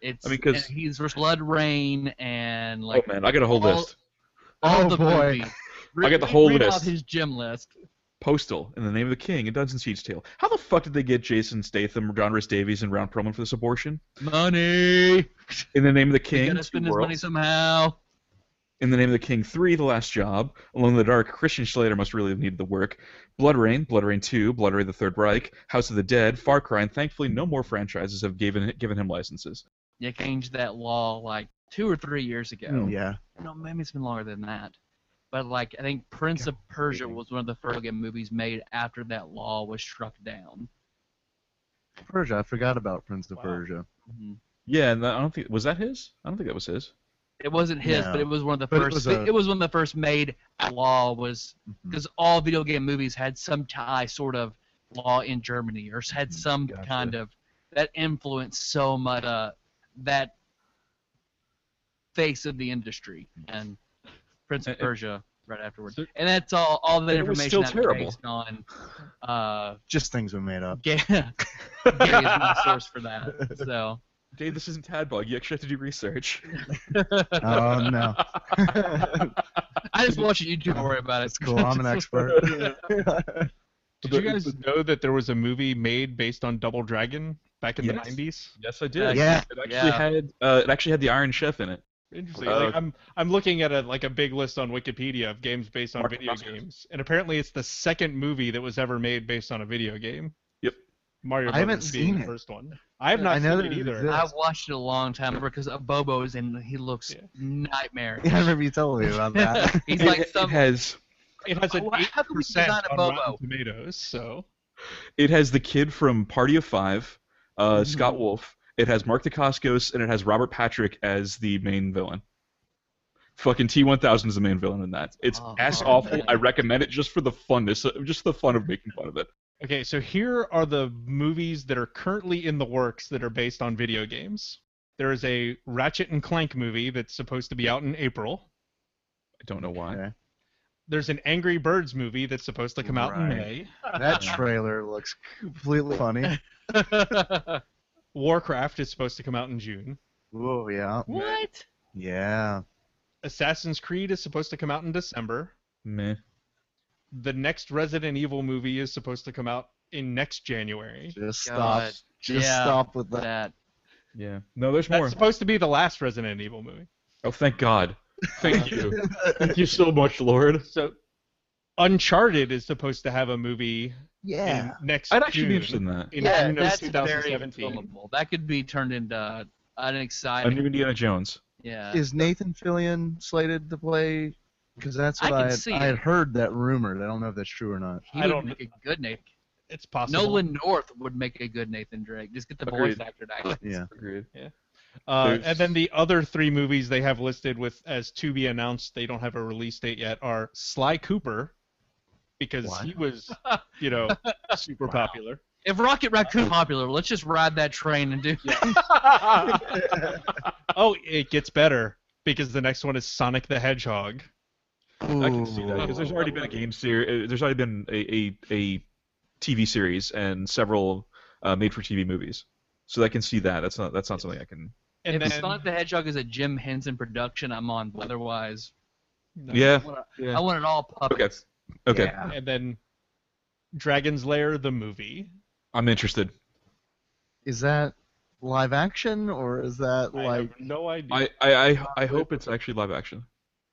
D: It's,
B: I mean, 'cause-
D: and he's for Blood Rain and
B: oh
D: like
B: man, I got a whole
D: all-
B: list.
D: all
C: Oh,
D: the
C: boy.
D: movies.
B: I got the
D: Read-
B: whole
D: read off
B: list.
D: his gym list.
B: Postal, In the Name of the King, and Dungeon Siege Tale. How the fuck did they get Jason Statham, John Rhys Davies, and Ron Perlman for this abortion?
D: Money.
B: In the Name of the King,
D: Gotta spend
B: Two
D: his money
B: Worlds.
D: somehow.
B: In the Name of the King 3, The Last Job, Alone in the Dark, Christian Slater must really have needed the work, Blood Rain, Blood Rain 2, Blood Rain the Third Reich, House of the Dead, Far Cry, and thankfully no more franchises have given, given him licenses.
D: They changed that law like two or three years ago.
B: Hmm.
C: Mm, Yeah.
D: No, maybe it's been longer than that. But like I think Prince of Persia was one of the first game movies made after that law was struck down.
C: Persia. I forgot about Prince of
E: Wow.
C: Persia.
B: Yeah, and I don't think, was that his? I don't think that was his.
D: It wasn't his,
C: No.
D: but it was one of the
C: But it
D: first.
C: was a-
D: It was one of the first made law was
C: Mhm.
D: because all video game movies had some tie sort of law in Germany or had some
C: Gotcha.
D: kind of that influenced so much uh, that face of the industry and Prince of
B: And- and-
D: Persia right afterwards.
B: So-
D: And that's all all that
B: And it was
D: information
B: still
D: that's
B: terrible.
D: based on uh
C: Just things we made up.
D: Gay, Gay is my source for that. So
B: Dave, this isn't Tadbug. You actually have to do research.
C: Oh no.
D: I just watch it. You don't worry about it.
C: That's cool. I'm an expert.
E: Did you
B: But-
E: guys know that there was a movie made based on Double Dragon back in
B: Yes.
E: the 90s?
B: yes, I did.
C: yeah.
B: It actually
D: Yeah.
B: had uh, it actually had the Iron Chef in it.
E: Interesting.
B: Uh,
E: like, I'm I'm looking at a like a big list on Wikipedia of games based on
B: Mark
E: video
B: Oscars.
E: games, and apparently it's the second movie that was ever made based on a video game.
B: Yep.
E: Mario.
C: I
E: Brothers
C: haven't
E: being
C: seen
E: the
C: it.
E: First one. I have not
C: I know
E: seen it
C: that it
E: either.
C: exists.
D: I watched it a long time ago because Bobo is in. He looks
E: Yeah.
D: nightmare.
C: yeah, I remember you telling me about that.
D: He's
B: It-
D: like
B: it
D: some.
B: has
E: It has an
D: Oh,
E: eight
D: how can we
E: percent
D: design a
E: on
D: Bobo?
E: Rotten Tomatoes. So
B: It has the kid from Party of Five, uh,
D: Mm-hmm.
B: Scott Wolf. It has Mark Dacascos, and it has Robert Patrick as the main villain. Fucking T1000 is the main villain in that. It's
D: Oh,
B: ass
D: oh,
B: awful.
D: man.
B: I recommend it just for the funness, just the fun of making fun of it.
E: okay, so here are the movies that are currently in the works that are based on video games. There is a Ratchet and Clank movie that's supposed to be out in April.
B: I don't know why.
C: Okay.
E: There's an Angry Birds movie that's supposed to come out in
C: Right.
E: May.
C: that trailer looks completely funny.
E: Warcraft is supposed to come out in June.
C: Whoa, yeah.
D: what?
C: Yeah.
E: Assassin's Creed is supposed to come out in December.
B: Meh.
E: The next Resident Evil movie is supposed to come out in next January.
C: Just
D: God.
C: stop. Just
D: Yeah.
C: stop with that.
D: That
B: Yeah. No, there's
E: That's
B: more.
E: supposed to be the last Resident Evil movie.
B: Oh, thank God. Thank you. Thank you so much, Lord.
E: So Uncharted is supposed to have a movie in
C: yeah.
E: next
B: I'd actually
E: June,
B: be interested in that.
E: in
D: yeah,
E: June of
D: that's very
E: 2017.
D: filmable. That could be turned into an
B: A new
D: exciting.
B: Indiana Jones.
D: Yeah.
C: Is Nathan Fillion slated to play? Because that's
D: I
C: what
D: can
C: I, had-
D: see
C: I had
D: it.
C: heard that rumored. I don't know if that's true or not.
D: he
E: I
D: would
E: don't-
D: make a good Nathan.
E: It's possible.
D: Nolan North would make a good Nathan Drake. Just get the
B: Agreed.
D: voice actor to act.
C: Yeah.
B: Agreed.
E: Uh,
B: There's-
E: and then the other three movies they have listed with as to be announced, they don't have a release date yet, are Sly Cooper, because
C: What?
E: he was, you know, super popular.
D: If Rocket Raccoon popular, let's just ride that train and do.
E: Oh, it gets better because the next one is Sonic the Hedgehog.
B: I can see that because there's already been a game series. There's already been a, a, a TV series and several uh, made-for-TV movies. So I can see that. That's not that's not something I can.
E: And
D: if
E: then
D: Sonic the Hedgehog is a Jim Henson production, I'm on. but Otherwise,
B: Yeah.
D: I want, it-
B: Yeah.
D: I want it all puppets.
B: Okay.
C: Yeah.
E: and then Dragon's Lair the movie.
B: I'm interested.
C: Is that live action or is that
E: I
C: like?
E: have no idea.
B: I, I, I, I hope it's actually live action.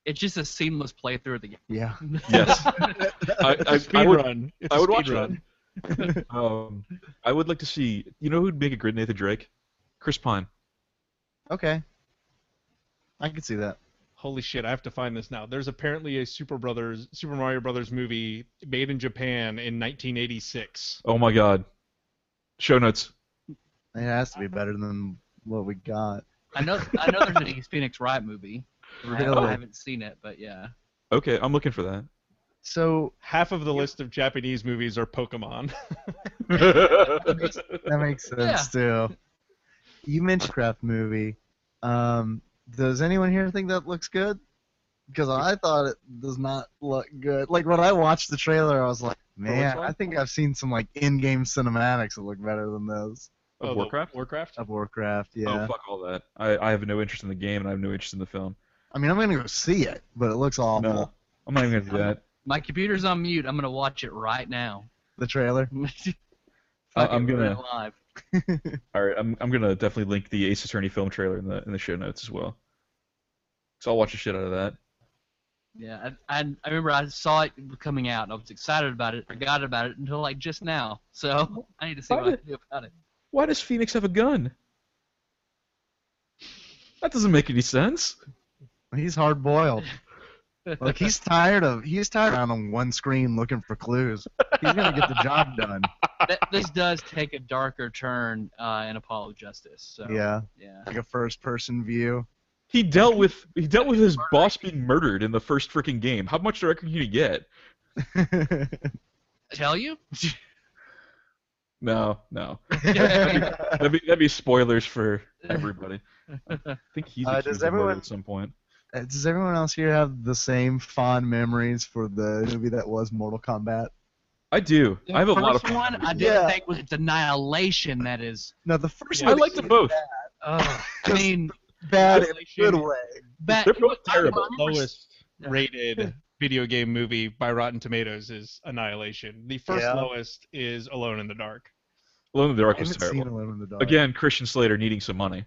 D: It's just a seamless playthrough of the game.
C: Yeah.
B: Yes. I, I,
E: Speed
B: I would,
E: run. It's
B: I
E: a
B: would
E: speed
B: watch
E: run.
B: that. um, I would like to see. You know who'd make a good Nathan Drake? Chris Pine.
C: Okay. I can see that.
E: Holy shit, I have to find this now. There's apparently a Super Brothers Super Mario Brothers movie made in Japan in 1986.
B: Oh my God. Show notes.
C: It has to
B: Uh-huh.
C: be better than what we got.
D: I know. I know there's an East Phoenix Wright movie. I,
C: Really?
D: I haven't seen it, but yeah.
B: Okay, I'm looking for that.
C: So
E: Half of the list of Japanese movies are Pokemon.
C: that makes sense too. You mentioned craft movie. Um, does anyone here think that looks good? Because I thought it does not look good. Like when I watched the trailer, I was like, man,
E: one?
C: I think I've seen some like in-game cinematics that look better than those
B: Of
E: Oh, the
B: Warcraft?
E: Warcraft.
C: of Warcraft. Yeah.
B: Oh fuck all that. I, I have no interest in the game and I have no interest in the film.
C: I mean, I'm gonna go see it, but it looks awful.
B: No, I'm not even gonna do that.
D: My computer's on mute. I'm gonna watch it right now.
C: The trailer.
B: I-
D: Fuck it,
B: I'm
D: we're
B: gonna-
D: live.
B: All right, I'm, I'm gonna definitely link the Ace Attorney film trailer in the in the show notes as well. So I'll watch the shit out of that.
D: Yeah, I, I, I remember I saw it coming out and I was excited about it. Forgot about it until like just now. So I need to see what I can do about it.
B: Why does Phoenix have a gun? That doesn't make any sense.
C: He's hard boiled. Like he's tired of he's tired of on one screen looking for clues. He's gonna get the job done.
D: Th- this does take a darker turn uh, in Apollo Justice. So,
C: Yeah,
D: yeah.
C: like a first person view.
B: He dealt with he dealt with his boss being murdered in the first freaking game. How much director can you get?
D: Tell you?
B: No, no.
C: uh,
B: That'd be, that'd be spoilers for everybody. I think he's
C: Uh,
B: accused
C: does
B: of murder
C: everyone-
B: at some point.
C: does everyone else here have the same fond memories for the movie that was Mortal Kombat?
B: I do. I have a lot of
D: First one I didn't
C: Yeah.
D: think was its annihilation. That is.
C: No, the first
E: Yeah.
B: I
C: one
B: liked them both.
D: Uh, I mean,
C: bad in a
E: Annihilation
C: good way.
D: back.
B: They're both
D: I- I
B: terrible.
D: remember
E: lowest rated video game movie by Rotten Tomatoes is Annihilation. The first
C: Yeah.
E: lowest is Alone in the Dark.
B: Alone in the
C: I
B: Dark was
C: haven't seen
B: terrible.
C: Alone in the Dark.
B: Again, Christian Slater needing some money.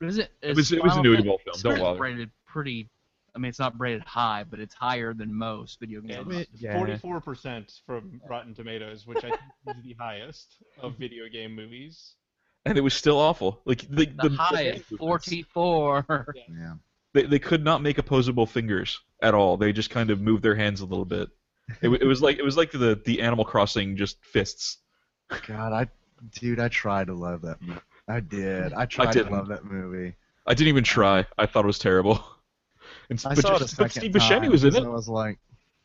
D: Was it,
B: It was it was an
D: Final
B: Udible film.
D: Fantasy
B: Don't
D: is
B: bother.
D: Rated pretty. I mean, it's not rated high, but it's higher than most video games.
B: Yeah.
E: Forty-four percent from Rotten Tomatoes, which I think is the highest of video game movies.
B: And it was still awful. Like the,
D: the,
B: the,
D: highest,
B: the-
D: 44.
C: Yeah.
B: They, they could not make opposable fingers at all. They just kind of moved their hands a little bit. It, wa- it was like it was like the the Animal Crossing just fists.
C: God, I dude, I tried to love that movie. I did. I tried
B: Mm.
C: to
B: didn't.
C: love that movie.
B: I didn't even try. I thought it was terrible. And,
C: I
B: but
C: saw it a
B: just- but
C: second
B: Steve
C: time,
B: Buscemi was in
C: and
B: it.
C: I was like,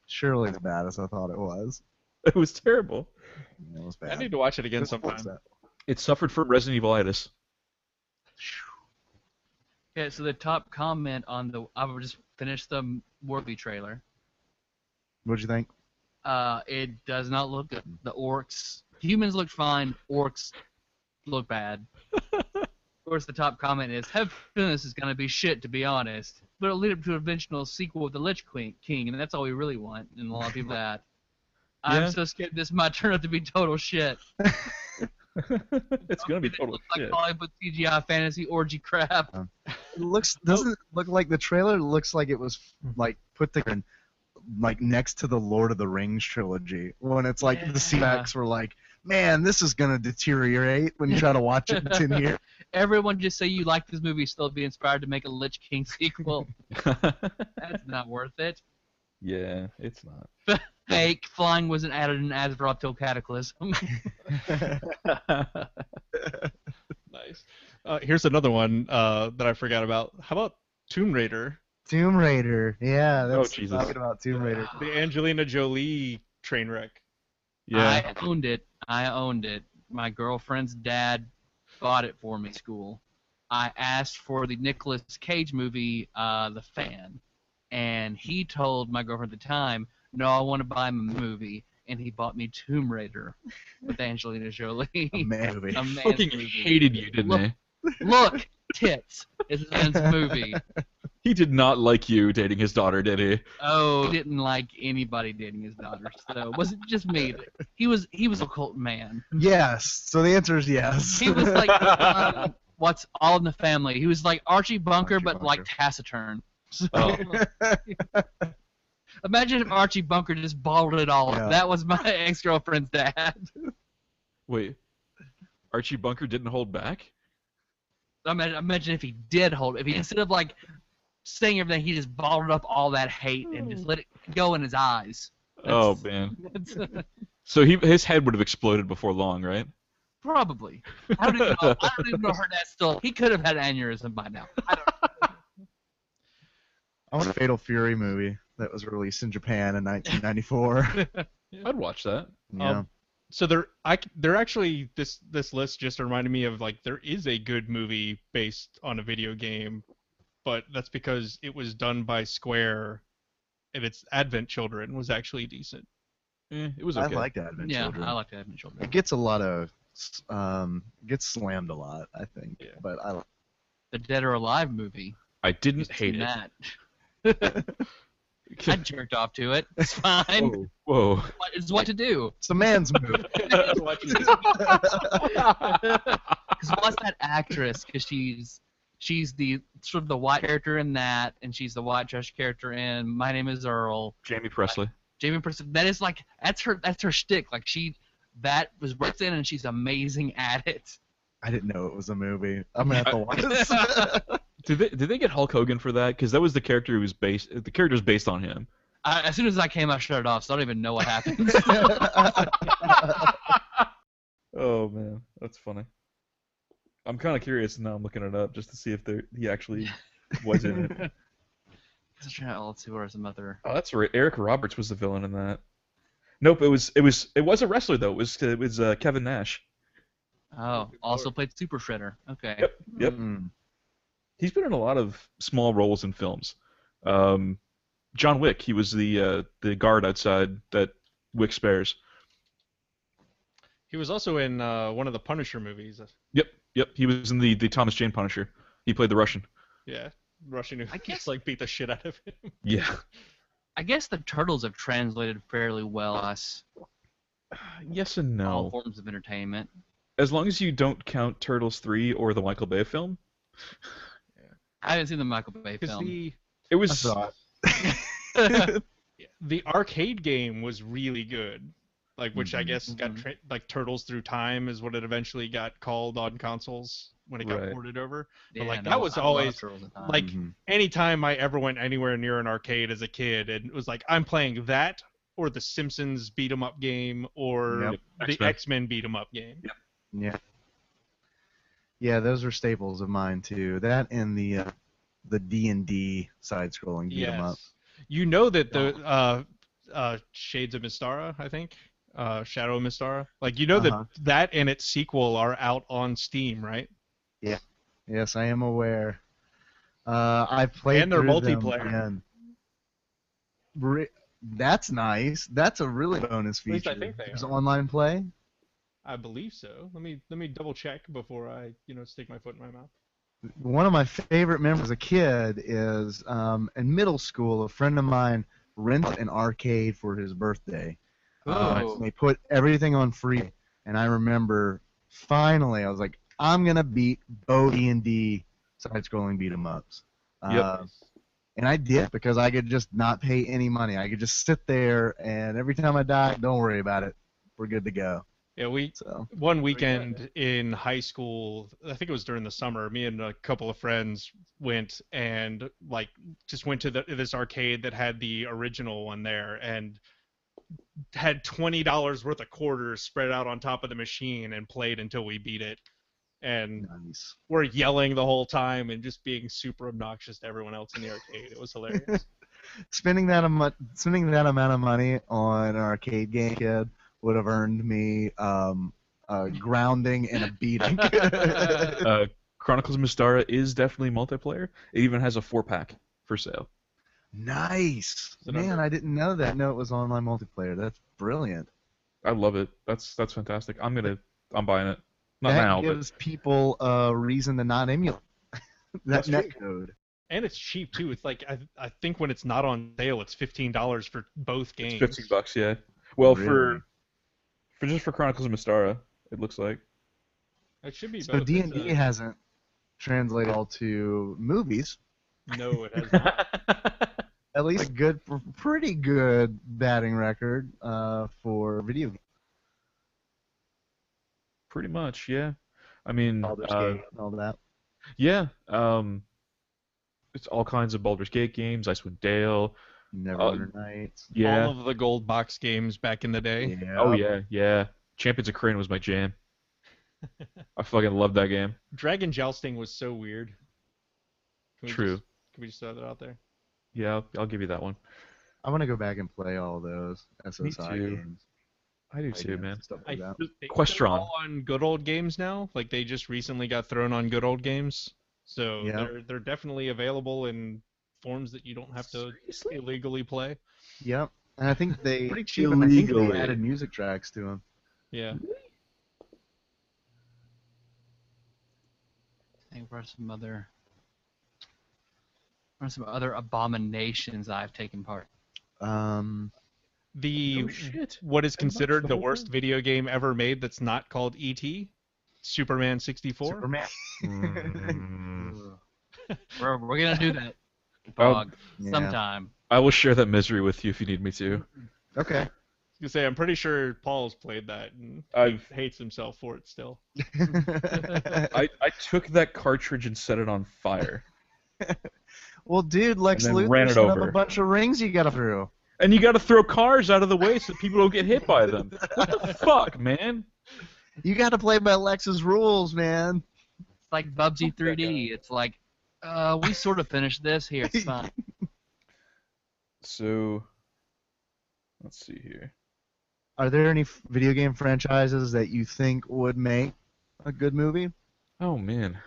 C: surely it's bad as I thought it was.
B: It was terrible.
C: It was
E: I
C: bad.
E: need to watch it again
C: Just
E: sometime.
C: upset.
B: It suffered from Resident Evilitis.
D: Okay, so the top comment on the I will just finish the Warby trailer.
C: What'd you think?
D: Uh, it does not look good. The orcs, humans look fine. Orcs look bad. of course, the top comment is, "Have fun, this is gonna be shit." To be honest, but it'll lead up to a eventual sequel of the Lich Queen- King, and that's all we really want. And a lot of people that.
E: Yeah.
D: I'm so scared this might turn out to be total shit.
B: it's gonna be
D: It
B: total
D: looks like
B: shit.
D: Hollywood CGI fantasy orgy crap.
C: It looks doesn't it look like the trailer looks like it was like put there in, like next to the Lord of the Rings trilogy when it's like
D: Yeah.
C: the CMAX were like, man, this is gonna deteriorate when you try to watch it in ten years.
D: Everyone just say you like this movie, still be inspired to make a Lich King sequel. That's not worth it.
B: yeah, it's not.
D: Fake flying wasn't added in Azrael Cataclysm.
E: Nice. Uh, here's another one uh, that I forgot about. How about Tomb Raider?
C: Tomb Raider, yeah, that's
B: Oh, Jesus.
C: talking about Tomb Raider.
D: Ah.
E: The Angelina Jolie train wreck.
B: Yeah,
D: I owned it. I owned it. My girlfriend's dad bought it for me. at School. I asked for the Nicolas Cage movie, uh, The Fan, and he told my girlfriend at the time, "No, I want to buy him a movie," and he bought me Tomb Raider with Angelina Jolie.
C: A
B: Um,
C: man movie.
D: A man's
B: fucking
D: movie.
B: hated you, didn't
D: Look-
B: he?
D: Look, tits. It's a man's movie.
B: He did not like you dating his daughter, did he?
D: Oh, didn't like anybody dating his daughter. So was it just me? He was he was a cult man.
C: Yes. So the answer is yes.
D: He was like um, what's all in the family. He was like Archie Bunker,
C: Archie
D: but like
C: Bunker.
D: taciturn. So,
B: Oh.
D: imagine if Archie Bunker just bottled it all. up.
C: Yeah.
D: That was my ex girlfriend's dad.
B: Wait, Archie Bunker didn't hold back.
D: I mean, imagine if he did hold. If he instead of like saying everything, he just bottled up all that hate and just let it go in his eyes.
B: Oh
D: That's-
B: man.
D: That's-
B: So he his head would have exploded before long, right?
D: Probably. I don't even know. I don't even know her dad's still. He could have had an aneurysm by now. I don't,
C: I want a Fatal Fury movie that was released in Japan in 1994.
B: I'd watch that.
C: yeah.
E: Um, so there, I c- there actually this this list just reminded me of like there is a good movie based on a video game, but that's because it was done by Square, and its Advent Children was actually decent.
B: Eh, it was
C: I
B: okay.
C: like that. Advent
D: yeah,
C: Children.
D: I like to have children.
C: It gets a lot of um gets slammed a lot, I think.
E: Yeah.
C: But I
D: The Dead or Alive movie.
B: I didn't hate
D: Seen
B: it.
D: that. I jerked off to it. It's fine.
B: Whoa. Whoa.
D: What- It's what to do.
C: it's a man's movie.
D: Because what's that actress? Because she's she's the sort of the white character in that, and she's the white trash character in My Name Is Earl.
B: Jamie Presley.
D: Jamie Person. That is like that's her that's her shtick. Like she that was worked in, and she's amazing at it.
C: I didn't know it was a movie. I'm gonna have to watch this.
B: Did they did they get Hulk Hogan for that? Because that was the character who was based. The character was based on him.
D: I, as soon as I came, I shut it off, so I don't even know what happened.
B: Oh man, that's funny. I'm kind of curious now. I'm looking it up just to see if there he actually was in it.
D: Let's try out- let's see where some other.
B: Oh, that's right. Eric Roberts was the villain in that. Nope, it was it was it was a wrestler though. It was it was uh, Kevin Nash.
D: Oh, also played Super Shredder. Okay.
B: Yep. Yep.
C: Mm.
B: He's been in a lot of small roles in films. Um, John Wick. He was the uh, the guard outside that Wick spares.
E: He was also in uh, one of the Punisher movies.
B: Yep, yep. He was in the the Thomas Jane Punisher. He played the Russian.
E: Yeah, rushing to
D: I guess-
E: just like beat the shit out of him.
B: Yeah.
D: I guess the turtles have translated fairly well us
B: Yes and no.
D: all forms of entertainment.
B: As long as you don't count Turtles three or the Michael Bay film,
D: I haven't seen the Michael Bay
E: Because
D: film.
E: the
B: it
C: I
B: was
C: saw it.
E: the arcade game was really good. Like which I
C: Mhm.
E: guess got
D: Mhm.
E: tra- like Turtles Through Time is what it eventually got called on consoles when it got
B: Right.
E: ported over.
D: Yeah,
E: like,
D: no,
E: that was
D: I love
E: always,
D: Turtles at the time.
E: Like
C: Mhm.
E: anytime I ever went anywhere near an arcade as a kid and it was like I'm playing that or the Simpsons beat 'em up game or
C: Yep.
E: the
B: X-Men.
E: X Men beat 'em up game.
C: Yeah. Yeah, those were staples of mine too. That and the uh, the D and D side scrolling beat 'em up.
E: Yes. You know that the uh, uh, Shades of Mistara, I think, uh, Shadow of Mistara. Like you know
C: Uh-huh.
E: that that and its sequel are out on Steam, right?
C: Yes, I am aware. Uh, I played
E: And they're
C: through them,
E: multiplayer.
C: and re- that's nice. That's a really bonus
E: At least
C: feature.
E: I think they
C: There's
E: are.
C: online play.
E: I believe so. Let me let me double check before I you know stick my foot in my mouth.
C: one of my favorite memories as a kid is um, in middle school, a friend of mine rented an arcade for his birthday. Uh,
D: Oh.
C: they put everything on free, and I remember finally I was like, I'm gonna beat Bo E and D side-scrolling beat 'em ups.
B: Yep.
C: Uh, and I did because I could just not pay any money. I could just sit there, and every time I die, don't worry about it. We're good to go.
E: Yeah, we
C: So
E: one weekend in high school i think it was during the summer me and a couple of friends went and like just went to the, this arcade that had the original one there and had $20 worth of quarters spread out on top of the machine and played until we beat it and
C: nice.
E: we're yelling the whole time and just being super obnoxious to everyone else in the arcade it was hilarious
C: Spending that amount, spending that amount of money on an arcade game, kid, would have earned me um, a grounding and a beating.
E: oh.
B: Uh, Chronicles of Mistara is definitely multiplayer. It even has a four pack for sale.
C: Nice.
B: it
C: Man,
B: under-
C: I didn't know that. No, it was online multiplayer. That's brilliant.
B: I love it. That's that's fantastic. I'm gonna I'm buying it. Not
C: that
B: now, but
C: gives people a reason to not emulate that
E: That's true.
C: netcode.
E: and it's cheap too it's like I, I think when it's not on sale it's $15 for both
B: it's
E: games
B: fifty bucks. Yeah. Well,
C: Really?
B: for for just for Chronicles of Mistara, it looks like.
E: it should be
C: So
E: both.
C: D
E: It's
C: and D
E: a-
C: hasn't translated all to movies.
E: No, it has not.
C: At least good, pretty good batting record uh, for video games.
B: Pretty much, yeah. I mean,
C: Baldur's
B: uh,
C: Gate and all that.
B: yeah. Um, it's all kinds of Baldur's Gate games, Icewind Dale.
C: Neverwinter Nights.
B: Yeah.
E: All of the gold box games back in the day.
B: Oh yeah, yeah. Champions of Crane was my jam. I fucking love that game.
E: Dragon jousting was so weird. Can we
B: True.
E: Just, can we just throw that out there?
B: Yeah, I'll, I'll give you that one.
C: I want to go back and play all those SSI
B: too.
C: games.
B: I do
C: like,
B: too,
C: yeah,
B: man.
C: Stuff like that.
E: think
B: Questron.
E: they're all on good old games now. Like they just recently got thrown on good old games, so
C: Yeah.
E: they're they're definitely available in forms that you don't have to illegally play.
C: Yep. And I think they,
B: Pretty cheap,
C: I think
B: illegally.
C: they added music tracks to them.
E: Yeah.
D: think for some other or some other abominations I've taken part.
C: Um,
E: The
B: Oh, shit.
E: what is considered
B: the
E: the
B: whole
E: worst
B: thing?
E: video game ever made that's not called E.T. Superman 64.
C: Superman.
B: Mm.
D: We're, we're gonna do that Bog,
C: Yeah.
D: sometime.
B: I will share that misery with you if you need me to.
C: Okay.
E: I was gonna say I'm pretty sure Paul's played that and
B: I've-
E: he hates himself for it still.
B: I, I took that cartridge and set it on fire.
C: well, dude, Lex
B: And then
C: Luthor
B: ran it
C: set up
B: over.
C: a bunch of rings you got through.
B: And you got to throw cars out of the way so people don't get hit by them. What the fuck, man?
C: You got to play by Lex's rules, man.
D: It's like Bubsy
B: that
D: 3D. It's like, uh, we sort of finished this here. It's fine.
B: So, let's see here.
C: Are there any f- video game franchises that you think would make a good movie?
B: Oh man,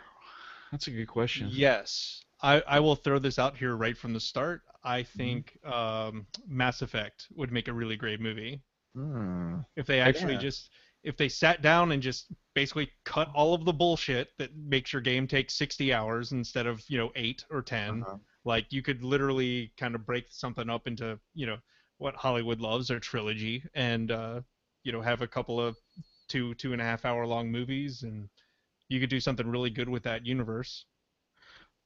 B: that's a good question.
E: Yes. I, I will throw this out here right from the start. I
B: Mm-hmm.
E: think um, Mass Effect would make a really great movie
C: Hmm.
E: if they actually
B: Yeah.
E: just if they sat down and just basically cut all of the bullshit that makes your game take 60 hours instead of you know eight or 10
C: Uh-huh.
E: Like you could literally kind of break something up into you know what Hollywood loves their trilogy and uh, you know have a couple of two two and a half hour long movies and you could do something really good with that universe.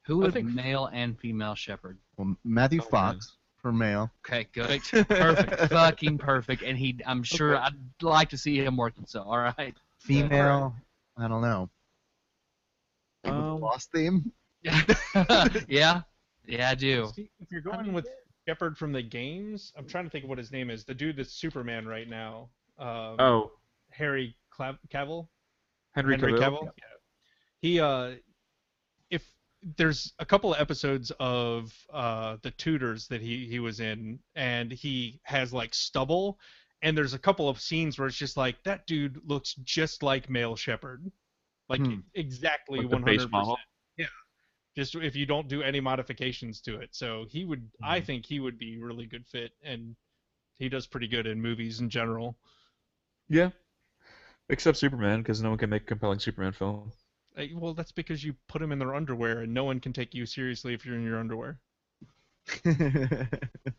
D: Who
B: I
D: would
B: think-
D: male and female shepherd?
C: Well, Matthew
B: Oh,
C: Fox for male.
D: Okay, good, perfect, fucking perfect. And he, I'm sure, I'd like to see him working. So, all right.
C: Female. I don't know. Like with
B: Um,
C: Lost theme.
D: yeah, yeah, I do.
E: See, if you're going with Shepard from the games, I'm trying to think of what his name is. The dude that's Superman right now, um,
B: Oh,
E: Harry Clav- Cavill.
B: Henry,
E: Henry
B: Cavill.
E: Cavill. Yeah. He uh, if there's a couple of episodes of uh the Tudors that he he was in, and he has like stubble, and there's a couple of scenes where it's just like that dude looks just like male Shepard, like
C: Hmm.
E: exactly
B: Like the
E: 100.
B: base model?
E: Yeah. Just if you don't do any modifications to it, so he would. I
B: Hmm.
E: think he would be really good fit, and he does pretty good in movies in general.
B: Yeah. Except Superman, because no one can make a compelling Superman film.
E: Uh, Well, that's because you put them in their underwear, and no one can take you seriously if you're in your underwear.
D: Uh,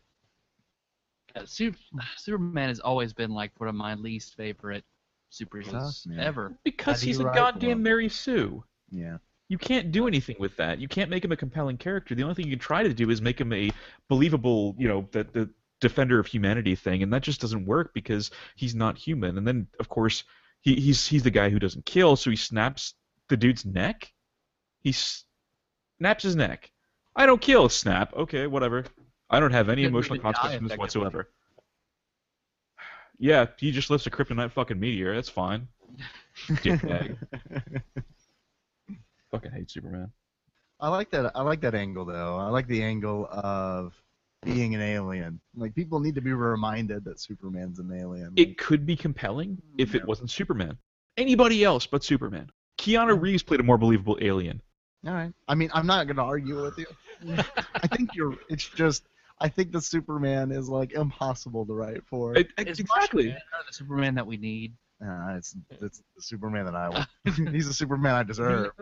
D: Super, Superman has always been like one of my least favorite superheroes
C: Tough, man.
D: ever.
B: Because
C: How do
B: he's a
C: you write
B: goddamn
C: one?
B: Mary Sue.
C: yeah.
B: You can't do anything with that. You can't make him a compelling character. The only thing you can try to do is make him a believable, you know, the, the defender of humanity thing, and that just doesn't work because he's not human. And then, of course, he, he's he's the guy who doesn't kill, so he snaps the dude's neck. He s- snaps his neck. I don't kill. Snap. Okay, whatever. I don't have any
D: Didn't
B: emotional
D: even die
B: consequences from this
D: effectively.
B: whatsoever. Yeah, he just lifts a kryptonite fucking meteor. That's fine. Dickbag. fucking hate Superman.
C: I like that. I like that angle though. I like the angle of being an alien. Like people need to be reminded that Superman's an alien.
B: it could be compelling if it wasn't Superman. Anybody else but Superman. Keanu Reeves played a more believable alien.
C: All right. I mean, I'm not gonna argue with you. I think you're. It's just. I think the Superman is like impossible to write for.
B: It- it-
D: Is
B: exactly.
D: Martian Manhunter the Superman that we need.
C: Uh, it's it's the Superman that I want. He's the Superman I deserve.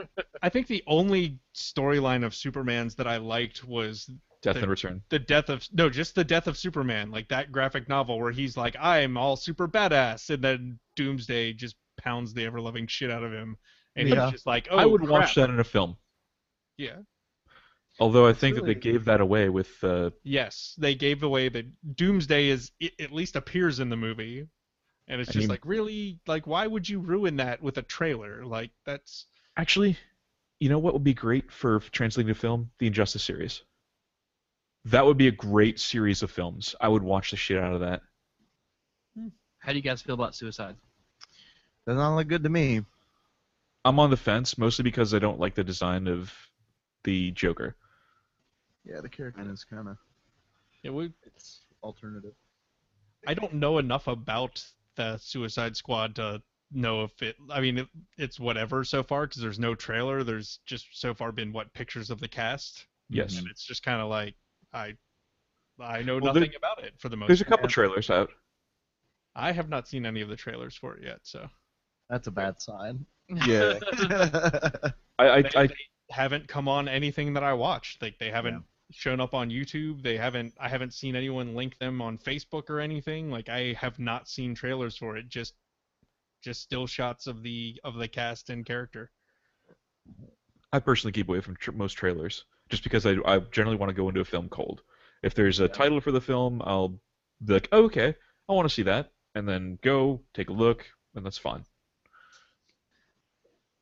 E: I think the only storyline of Superman's that I liked was
B: Death and Return.
E: the death of no, just the death of Superman, like that graphic novel where he's like, "I'm all super badass," and then Doomsday just pounds the ever loving shit out of him, and
C: Yeah.
E: he's just like, "Oh,
B: I would
E: crap.
B: watch that in a film.
E: Yeah.
B: Although I think that
C: Really?
B: they gave that away with uh,
E: Yes, they gave away that Doomsday is it, at least appears in the movie, and it's
B: I
E: just
B: mean-
E: like really like why would you ruin that with a trailer? Like that's
B: actually, you know what would be great for translating to film? The Injustice series. That would be a great series of films. I would watch the shit out of that.
D: How do you guys feel about Suicide?
C: Does not look good to me.
B: I'm on the fence mostly because I don't like the design of the Joker.
C: Yeah, the character is kind of
E: it would,
C: it's alternative.
E: I don't know enough about the Suicide Squad to know if it. I mean, it, it's whatever so far because there's no trailer. There's just so far been what pictures of the cast,
B: Yes.
E: and it's just kind of like I I know
B: Well, there-
E: nothing about it for the most.
B: There's a
E: part.
B: couple trailers out.
E: I have not seen any of the trailers for it yet, so
C: That's a bad sign.
B: Yeah.
C: yeah,
B: I, I,
E: they,
B: I
E: they haven't come on anything that I watched. Like they haven't
C: Yeah.
E: shown up on YouTube. They haven't. I haven't seen anyone link them on Facebook or anything. Like I have not seen trailers for it. Just just still shots of the of the cast and character.
B: I personally keep away from tr- most trailers just because I, I generally want to go into a film cold. If there's a title for the film, I'll be like, oh, okay, I want to see that, and then go take a look, and that's fine.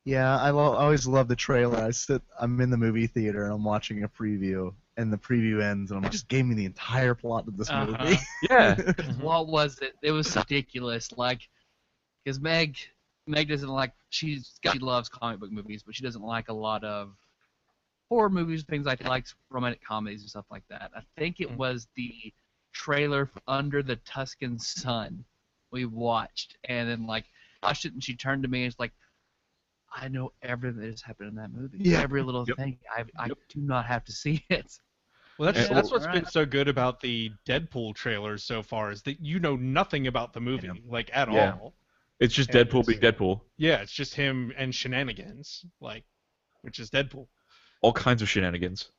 C: I lo- I always love the trailer. I sit, I'm in the movie theater and I'm watching a preview, and the preview ends, and I'm like, just gave me the entire plot of this
D: Uh-huh.
C: movie.
B: Yeah,
D: What was it? It was ridiculous. Like, because Meg, Meg doesn't like she's she loves comic book movies, but she doesn't like a lot of horror movies, things like likes romantic comedies and stuff like that. I think
B: Mm.
D: it was the trailer for Under the Tuscan Sun we watched, and then like watched it, and she turned to me and was like. I know everything that has happened in that movie.
C: Yeah.
D: Every little
B: Yep.
D: thing. I, I
B: Yep.
D: do not have to see it.
E: Well, that's
B: Yeah.
E: that's what's
D: Alright.
E: been so good about the Deadpool trailers so far is that you know nothing about the movie like at
B: Yeah.
E: all.
B: it's just
E: Yeah, it
B: Deadpool
E: is.
B: being Deadpool.
E: Yeah, it's just him and shenanigans, like which is Deadpool.
B: All kinds of shenanigans.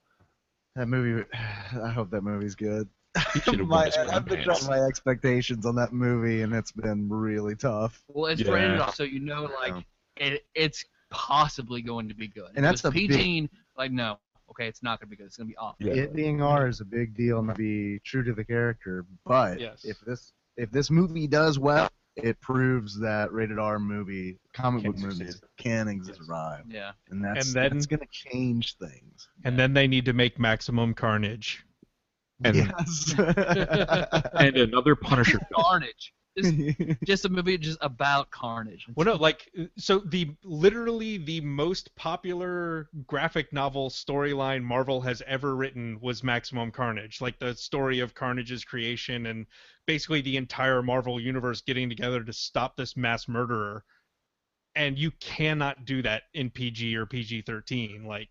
C: That movie, I hope that movie's good.
B: should've won
C: my,
B: this one,
C: I've been
B: man.
C: dropping my expectations on that movie, and it's been really tough.
D: Well, it's
B: Yeah.
D: rated R, so you know, like, it, it's possibly going to be good.
C: And that's
D: If it was
C: the big-
D: PG. Like, no, okay, it's not going to be good. It's going to be awful.
B: Yeah.
C: It being R is a big deal and to be true to the character, but
E: Yes.
C: if this if this movie does well, it proves that rated R movie comic
B: Can
C: book movies
B: succeed.
C: can exist survive,
D: Yeah.
C: and that's
E: And then-
C: that's gonna change things.
E: And then they need to make Maximum Carnage.
B: And,
C: yes.
B: and another Punisher film.
D: Carnage. Just, just a movie just about Carnage.
E: Well, no, like uh, so the literally the most popular graphic novel storyline Marvel has ever written was Maximum Carnage, like the story of Carnage's creation and basically the entire Marvel universe getting together to stop this mass murderer. And you cannot do that in PG or PG-13. Like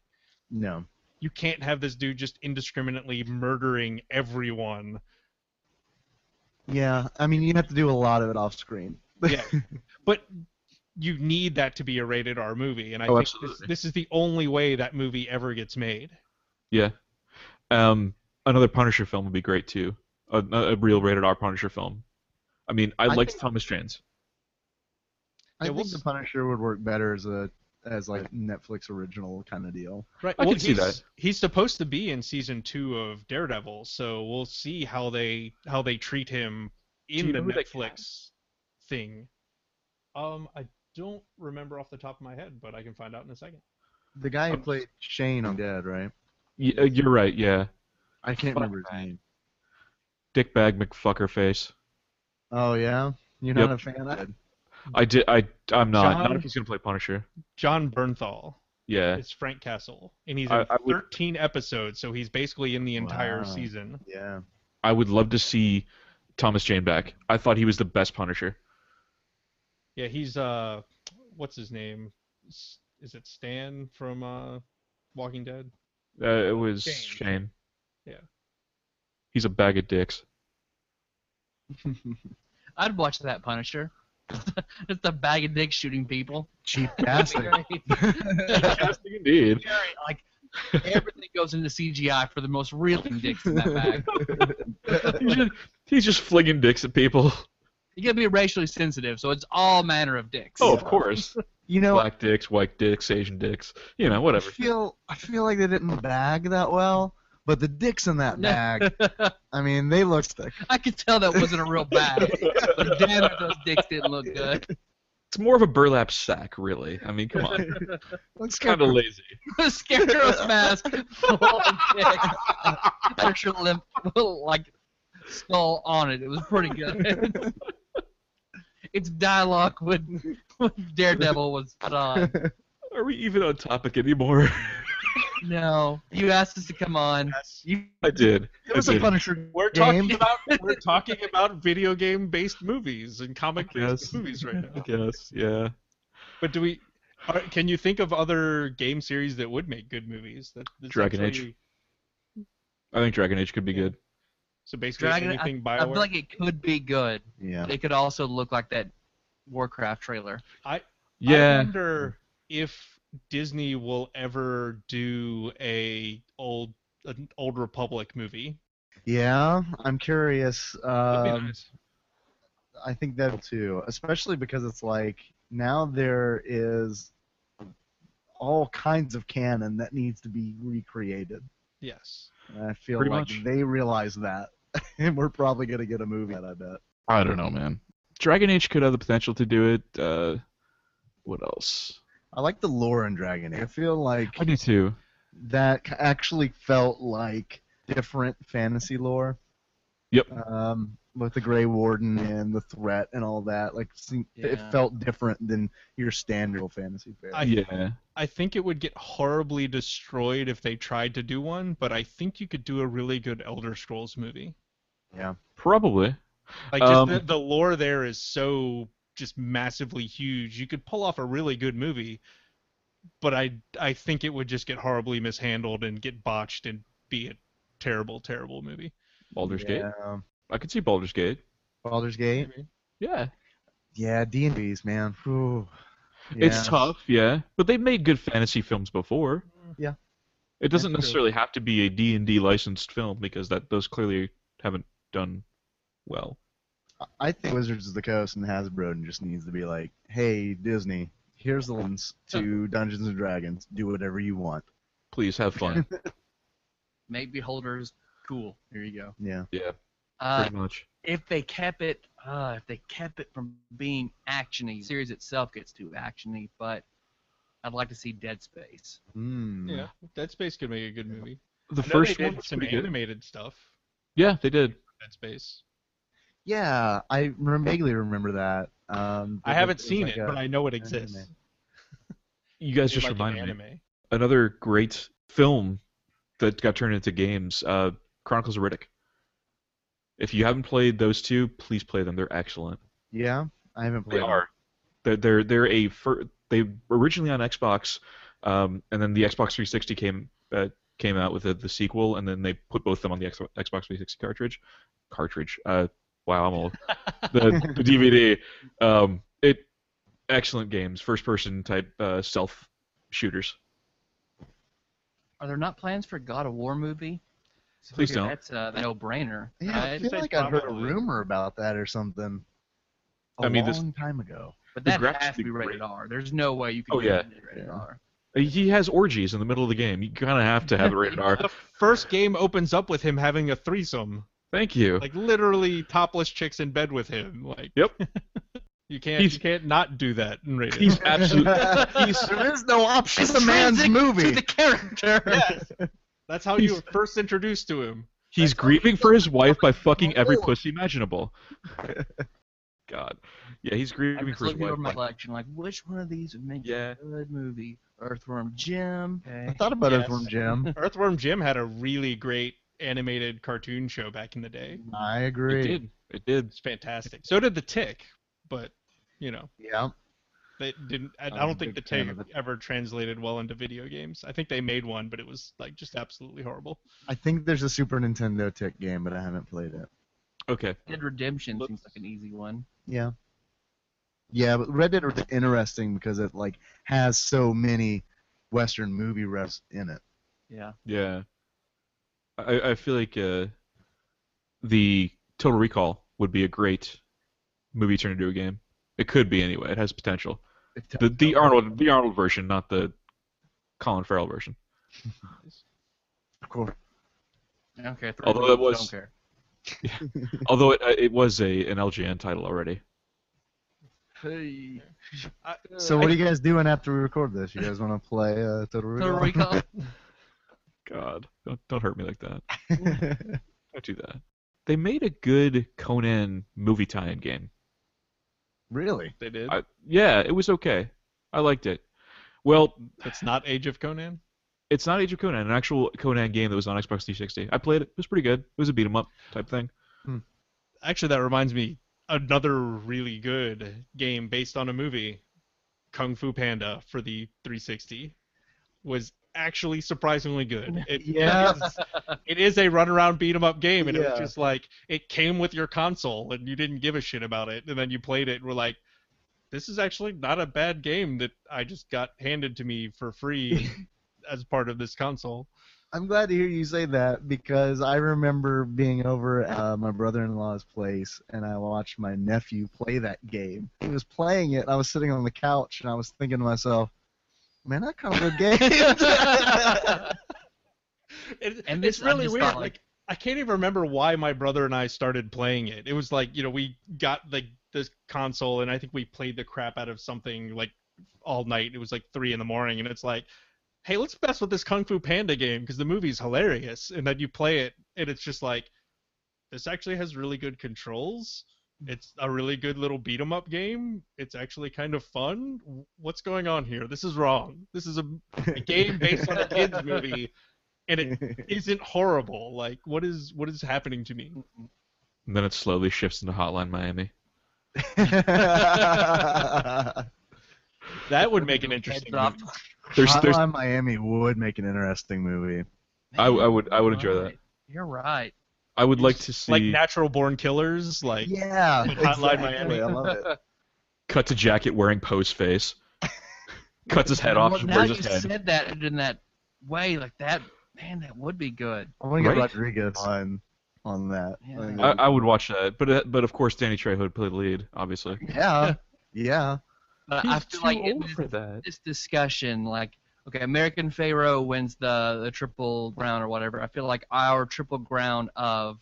C: no.
E: you can't have this dude just indiscriminately murdering everyone.
C: Yeah, I mean you have to do a lot of it off screen.
E: Yeah. but you need that to be a rated R movie, and I
B: Oh,
E: think this,
B: absolutely.
E: this is the only way that movie ever gets made.
B: Yeah. Um, another Punisher film would be great too. A, a real rated R Punisher film. I mean, I,
C: I
B: liked
C: think-
B: Thomas Trains.
C: I
E: Yeah,
C: think
E: we'll
C: the
E: s-
C: Punisher would work better as a as like Netflix original kind of deal.
E: Right.
B: I
E: well,
B: can see
E: he's- He's supposed to be in season two of Daredevil, so we'll see how they how they treat him
B: you
E: in the
B: know who that
E: Netflix thing. Um, I don't remember off the top of my head, but I can find out in a second.
C: The guy who
B: Um,
C: played Shane on Dead, right?
B: Y- uh, you're right. Yeah,
C: I can't
B: Fuck
C: remember his
B: that.
C: name.
B: Dickbag McFuckerface.
C: Oh yeah, you're
B: Yep.
C: not a fan. of
B: I did. I. I'm not. Not
E: John-
B: if he's gonna play Punisher.
E: John Bernthal
B: Yeah.
E: is Frank Castle, and he's in
B: I- I would-
E: 13 episodes, so he's basically in the entire
C: Wow.
E: season.
C: Yeah,
B: I would love to see Thomas Jane back. I thought he was the best Punisher.
E: Yeah, he's uh, what's his name? S- Is it Stan from uh, Walking Dead?
B: Uh, it was
E: Shane.
B: Shane.
E: Yeah.
B: He's a bag of dicks.
D: I'd watch that Punisher. Just a bag of dicks shooting people.
C: cheap
D: That'd be
C: casting.
D: great.
B: Indeed.
D: Jerry, like everything goes into CGI for the most reeling dicks in that bag.
B: he's, just, he's just flinging dicks at people.
D: You gotta be racially sensitive, so it's all manner of dicks.
B: Oh, of course.
C: you know,
B: Black dicks, white dicks, Asian dicks. You know,
C: I
B: whatever.
C: feel I feel like they didn't bag that well, but the dicks in that bag, I mean, they look thick.
D: I could tell that wasn't a real bag. But damn it, those dicks didn't look good.
B: It's more of a burlap sack, really. I mean, come on.
C: Looks
B: kind of lazy.
D: The Scarecrow's mask, full of dicks. Punisher limp, like skull on it. It was pretty good. its dialogue when, when Daredevil was put on.
B: Are we even on topic anymore?
D: No, you asked us to come on.
B: I did.
C: It was
B: I
C: a
B: did.
C: Punisher
E: We're
C: game.
E: talking about we're talking about video game based movies and comic
B: Yes.
E: based movies right
B: I
E: now.
B: guess. Yeah.
E: But do we? Are, can you think of other game series that would make good movies? That, that's
B: Dragon Age.
E: actually-
B: I think Dragon Age could be
E: Yeah.
B: good.
E: So basically
D: Dragon-
E: anything
D: I
E: Bioware.
D: feel like it could be good.
C: Yeah.
D: It could also look like that Warcraft trailer.
E: I
B: Yeah.
E: wonder if Disney will ever do a old an old Republic movie.
C: Yeah, I'm curious.
B: That'd be
C: Um,
B: nice.
C: I think that too, especially because it's like now there is all kinds of canon that needs to be recreated.
E: Yes.
C: And I feel
B: Pretty
C: like
B: much.
C: they realize that, and we're probably gonna get a movie out. I bet.
B: I don't know, man. Dragon Age could have the potential to do it. Uh, what else?
C: I like the lore in Dragon Age. I feel like
B: I do too.
C: that c- actually felt like different fantasy lore.
B: Yep.
C: Um, with the Grey Warden and the threat and all that, like se- it
D: Yeah.
C: felt different than your standard fantasy fare.
E: I-
B: yeah.
E: I think it would get horribly destroyed if they tried to do one, but I think you could do a really good Elder Scrolls movie.
B: Probably.
E: Like just
B: Um,
E: the, the lore there is so just massively huge. You could pull off a really good movie, but I I think it would just get horribly mishandled and get botched and be a terrible terrible movie.
B: Baldur's Gate.
C: Yeah.
B: I could see Baldur's Gate.
C: Baldur's Gate.
B: Yeah.
C: Yeah, D and D's, man. Whew.
B: It's
C: Yeah.
B: tough, yeah. But they've made good fantasy films before.
C: Yeah.
B: It doesn't
E: That's true.
B: necessarily have to be a D&D licensed film because that those clearly haven't done well.
C: I think Wizards of the Coast and Hasbro just needs to be like, hey Disney, here's the links to Dungeons and Dragons. Do whatever you want.
B: Please have fun.
D: Make beholders cool. Here you go.
C: Yeah.
B: yeah,
D: Uh,
B: pretty much.
D: if they kept it, uh, if they kept it from being actiony, the series itself gets too actiony. But I'd like to see Dead Space.
C: Mm.
E: Yeah, Dead Space could make a good movie.
B: The
E: I know
B: first
E: they did
B: one was
E: some
B: pretty good.
E: animated stuff.
B: Yeah, they did.
E: Dead Space.
C: Yeah, I rem- vaguely remember that. Um,
E: I
C: it
E: haven't
C: was
E: seen
C: like
E: it,
C: a-
E: but I know it exists.
C: anime.
B: You guys
E: It's
B: just
E: like an
B: reminded me. Another great film that got turned into games, uh, Chronicles of Riddick. If you haven't played those two, please play them. They're excellent.
C: Yeah, I haven't
B: They
C: played. it.
B: are. They're they're they're a fir- they originally on Xbox, um, and then the Xbox 360 came uh, came out with the the sequel, and then they put both of them on the X- Xbox 360 cartridge, cartridge. Uh, wow, I'm old. The, the DVD. Um, it excellent games, first person type uh, stealth shooters.
D: Are there not plans for God of War movie? I
B: Please
D: figure
B: don't.
D: That's uh, a no-brainer.
C: Yeah, I
D: right?
C: feel
E: say
C: like I heard a
E: probably.
C: rumor about that or something. A
B: I mean, this-
C: long time ago.
D: But
B: The
D: that
B: graphics
D: has
B: be
D: to be rated
B: great.
D: R. There's no way you can
B: Oh,
D: do that
B: yeah.
D: and do rated
C: Yeah.
D: R.
B: He has orgies in the middle of the game. You kind of have to have the rated R.
E: The first game opens up with him having a threesome,
B: Thank you.
E: like literally topless chicks in bed with him. Like,
B: Yep.
E: you can't
B: He's-
E: you can't not do that in rated
B: He's
E: R.
B: absolutely.
C: there is no option. It's a man's
D: Intrinsic
C: movie.
D: To the character.
E: Yes. That's how you
B: He's-
E: were first introduced to him.
B: He's grieving for his wife by fucking every pussy imaginable. God. Yeah, he's
D: I'm
B: grieving
D: just
B: for his
D: looking over my
B: wife.
D: collection, like which one of these would make
B: Yeah.
D: a good movie? Earthworm Jim.
C: I thought about
E: Yes.
C: Earthworm Jim.
E: Earthworm Jim had a really great animated cartoon show back in the day.
C: I
B: It
C: agree.
B: did. It did.
E: It's fantastic. So did The Tick, but you know
C: Yeah.
E: they didn't. I, I
C: I'm a
E: don't think The
C: big fan
E: Tick
C: of it.
E: ever translated well into video games. I think they made one, but it was like just absolutely horrible.
C: I think there's a Super Nintendo tick game, but I haven't played it.
B: Okay.
D: Dead Redemption
B: Let's-
D: seems like an easy one.
C: Yeah. Yeah, but Red Dead was interesting because it like has so many Western movie refs in it.
D: Yeah.
B: Yeah. I, I feel like uh, the Total Recall would be a great movie turned into a game. It could be anyway. It has potential. The the Arnold the Arnold version, not the Colin Farrell version.
C: of course.
D: Okay. three
B: Although that
D: people,
B: was-
D: Don't care.
B: Although it, uh, it was a an LGN title already.
D: Hey.
E: I,
C: So what are you guys doing after we record this? You guys want to play uh, Total
D: Puerto
C: Recall?
D: Rico.
B: God, don't don't hurt me like that. Don't do that. They made a good Conan movie tie-in game.
C: really?
E: they did.
B: I, yeah, it was okay. I liked it. Well,
E: It's not Age of Conan.
B: it's not Age of Conan, an actual Conan game that was on Xbox 360. I played it. It was pretty good. It was a beat 'em up type thing.
E: Actually, that reminds me another really good game based on a movie, Kung Fu Panda for the 360, was actually surprisingly good. It,
C: Yeah.
E: it is, it is a runaround beat 'em up game, and it was
C: Yeah.
E: just like it came with your console, and you didn't give a shit about it, and then you played it, and were like, this is actually not a bad game that I just got handed to me for free as part of this console.
C: I'm glad to hear you say that because I remember being over at uh, my brother-in-law's place and I watched my nephew play that game. He was playing it. And I was sitting on the couch and I was thinking to myself, "Man, that kind of a game."
E: It,
D: And
E: it's
D: this- I'm
E: really
D: just
E: weird.
D: not,
E: Like,
D: like-
E: I can't even remember why my brother and I started playing it. It was like you know we got like this console and I think we played the crap out of something like all night. It was like three in the morning and it's like, hey, let's mess with this Kung Fu Panda game because the movie's hilarious. And then you play it and it's just like, this actually has really good controls. It's a really good little beat 'em up game. It's actually kind of fun. What's going on here? This is wrong. This is a, a game based on a kids movie, and it isn't horrible. Like, what is what is happening to me?
B: And then it slowly shifts into Hotline Miami.
E: That would make an interesting.
D: Heads off.
E: movie.
B: There's, there's,
C: Hotline Miami would make an interesting movie.
B: I- I would- I would enjoy
D: You're
B: that.
D: right. You're right.
B: I would like to see
E: Like natural born killers. Like,
C: yeah,
E: Hotline
C: exactly.
E: Miami.
C: I love it.
B: cut to jacket wearing Poe's face, cuts his head off,
D: Well,
B: and
D: now
B: wears
D: you
B: his head.
D: said that in that way, like that. Man, that would be good.
C: I want to get
B: Right?
C: Rodriguez on on that. I think
B: I, I would watch that, but uh, but of course Danny Trejo would play the lead, obviously.
C: Yeah, yeah.
D: But I feel like it was
B: that.
D: this discussion, like, okay, American Pharaoh wins the, the triple ground or whatever. I feel like our triple ground of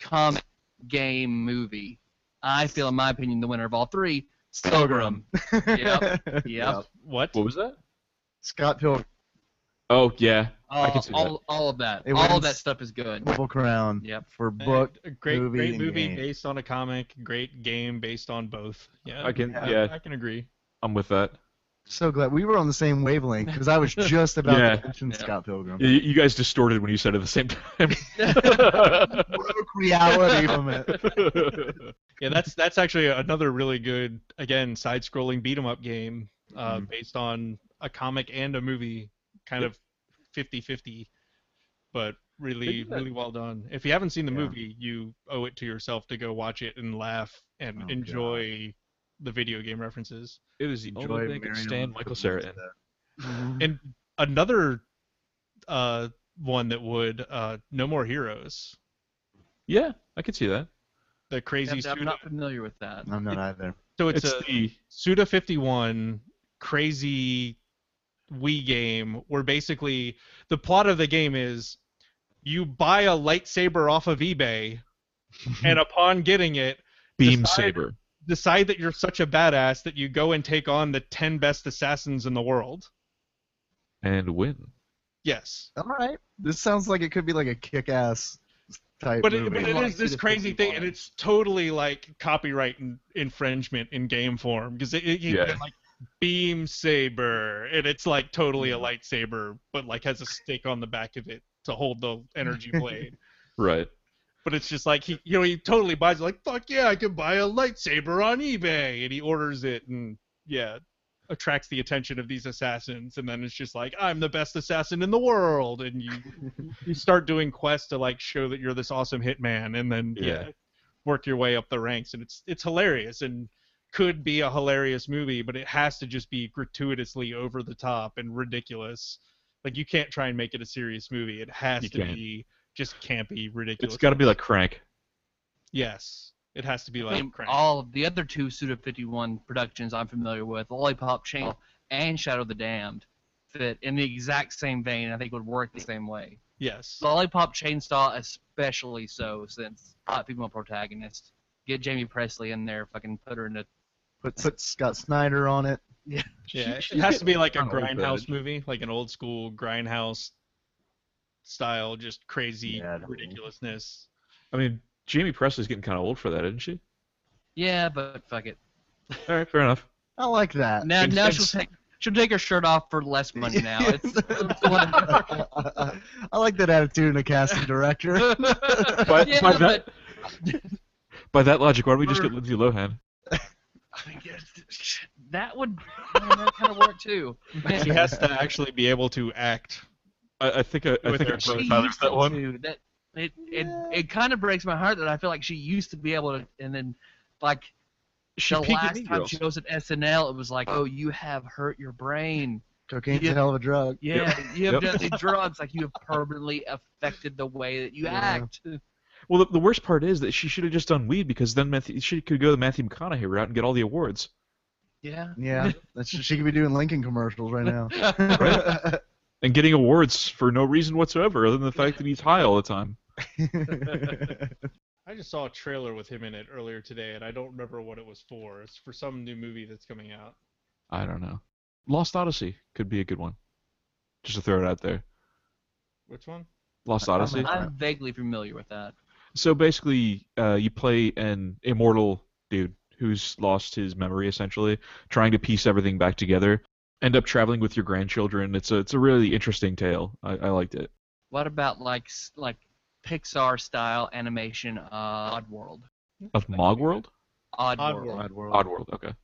D: comic game movie, I feel, in my opinion, the winner of all three, Pilgrim. Yep. Yep.
E: what?
B: What was that?
C: Scott Pilgrim,
B: Oh yeah, I
D: All,
B: can see that.
D: all, all of that.
C: It
D: all of
C: wins-
D: that stuff is good.
C: Double Crown
D: Yep.
C: for book.
E: A great,
C: movie,
E: great
C: and
E: movie
C: game.
E: based on a comic. Great game based on both. Yeah,
B: I can.
C: Yeah.
B: Yeah,
E: I can agree.
B: I'm with that.
C: So glad we were on the same wavelength because I was just about
B: Yeah.
C: to mention
D: Yeah.
C: Scott Pilgrim.
B: You, you guys distorted when you said it at the same time.
C: Broke reality from it.
E: Yeah, that's that's actually another really good again side-scrolling beat 'em up game uh,
B: Mhm.
E: based on a comic and a movie, kind
B: Yep.
E: of 50-50, but
B: They
E: really
B: do that.
E: really well done. If you haven't seen the
C: Yeah.
E: movie, you owe it to yourself to go watch it and laugh and
C: Oh, God.
E: enjoy the video game references.
B: It was the only thing could stand Michael Cera in.
E: And another uh, one that would uh, No More Heroes,
B: Yeah, I could see that.
E: the crazy
D: I'm, I'm
E: Suda.
D: not familiar with that.
C: I'm not either.
E: So
B: It's,
E: it's, a
B: the
E: Suda 51 crazy Wii game where basically the plot of the game is you buy a lightsaber off of eBay, and upon getting it,
B: beam
E: decide-
B: saber.
E: decide that you're such a badass that you go and take on the 10 best assassins in the world.
B: and win.
E: Yes.
C: All right. This sounds like it could be like a kick-ass type
E: But
C: movie.
E: it, but it
D: Like
E: is this
D: Suda
E: crazy thing,
D: 51.
E: and it's totally like copyright in, infringement in game form because it, it,
B: Yeah.
E: like beam saber, and it's like totally a lightsaber, but like has a stick on the back of it to hold the energy blade.
B: Right.
E: But it's just like he, you know, he totally buys it. Like fuck yeah, I can buy a lightsaber on eBay, and he orders it, and yeah, attracts the attention of these assassins. And then it's just like I'm the best assassin in the world, and you you start doing quests to like show that you're this awesome hitman, and then yeah,
B: Yeah.
E: work your way up the ranks. And it's it's hilarious, and could be a hilarious movie, but it has to just be gratuitously over the top and ridiculous. Like you can't try and make it a serious movie. It has
B: You
E: to
B: can't.
E: be just can't be ridiculous.
B: It's got to be like Crank.
E: Yes, it has to be
D: I
E: like
D: mean,
E: Crank.
D: all of the other two Suda 51 productions I'm familiar with, Lollipop Chain and Shadow of the Damned, fit in the exact same vein. I think would work the same way.
E: yes.
D: Lollipop Chainsaw, especially so, since hot female protagonist. Get Jamie Presley in there, fucking put her in a.
C: Put, put Scott Snyder on it.
E: Yeah, it has to be like a
B: Kinda old
E: grindhouse
B: footage.
E: movie, like an old school grindhouse style, just crazy
C: Yeah, I don't know.
E: ridiculousness.
B: I mean, Jamie Presley's getting kind of old for that, isn't she?
D: Yeah, but fuck it.
B: All right, fair enough.
C: I like that.
D: Now,
E: It's-
D: now she'll
E: it's-
D: take she'll take her shirt off for less money now. It's, it's whatever.
C: I like that attitude in a casting director.
B: By,
D: Yeah,
B: by that, by that logic, why don't we just get Lindsay Lohan?
D: I mean, yes, that would man, that kind of work too. Man,
E: She has to actually be able to act.
B: I, I think I, I
E: With
B: think
E: her
B: I
D: she
B: Tyler's
D: used
B: that one.
D: to. That- it it,
C: Yeah.
D: it kind of breaks my heart that I feel like she used to be able to, and then like
B: She
D: the
B: peaked at
D: last
B: Mean
D: time
B: Girls.
D: she was at SNL, it was like, oh, you have hurt your brain.
C: Cocaine's
D: Yeah.
C: a hell of a drug.
D: Yeah, you have
B: Yep.
D: done the drugs. Like you have permanently affected the way that you
C: Yeah.
D: act.
B: Well, the, the worst part is that she should have just done weed because then Matthew, she could go the Matthew McConaughey route and get all the awards.
D: Yeah.
C: Yeah, that's, she could be doing Lincoln commercials right now.
B: And getting awards for no reason whatsoever other than the fact that he's high all the time.
E: I just saw a trailer with him in it earlier today, and I don't remember what it was for. It's for some new movie that's coming out.
B: I don't know. Lost Odyssey could be a good one. Just to throw it out there.
E: Which one?
B: Lost
C: I'm
B: Odyssey.
C: not-
D: I'm vaguely familiar with that.
B: So basically, uh, you play an immortal dude who's lost his memory, essentially, trying to piece everything back together. End up traveling with your grandchildren. It's a it's a really interesting tale. I, I liked it.
D: What about like s- like Pixar style animation, uh, Oddworld?
B: Of Mogworld?
D: Oddworld.
B: Oddworld. Okay.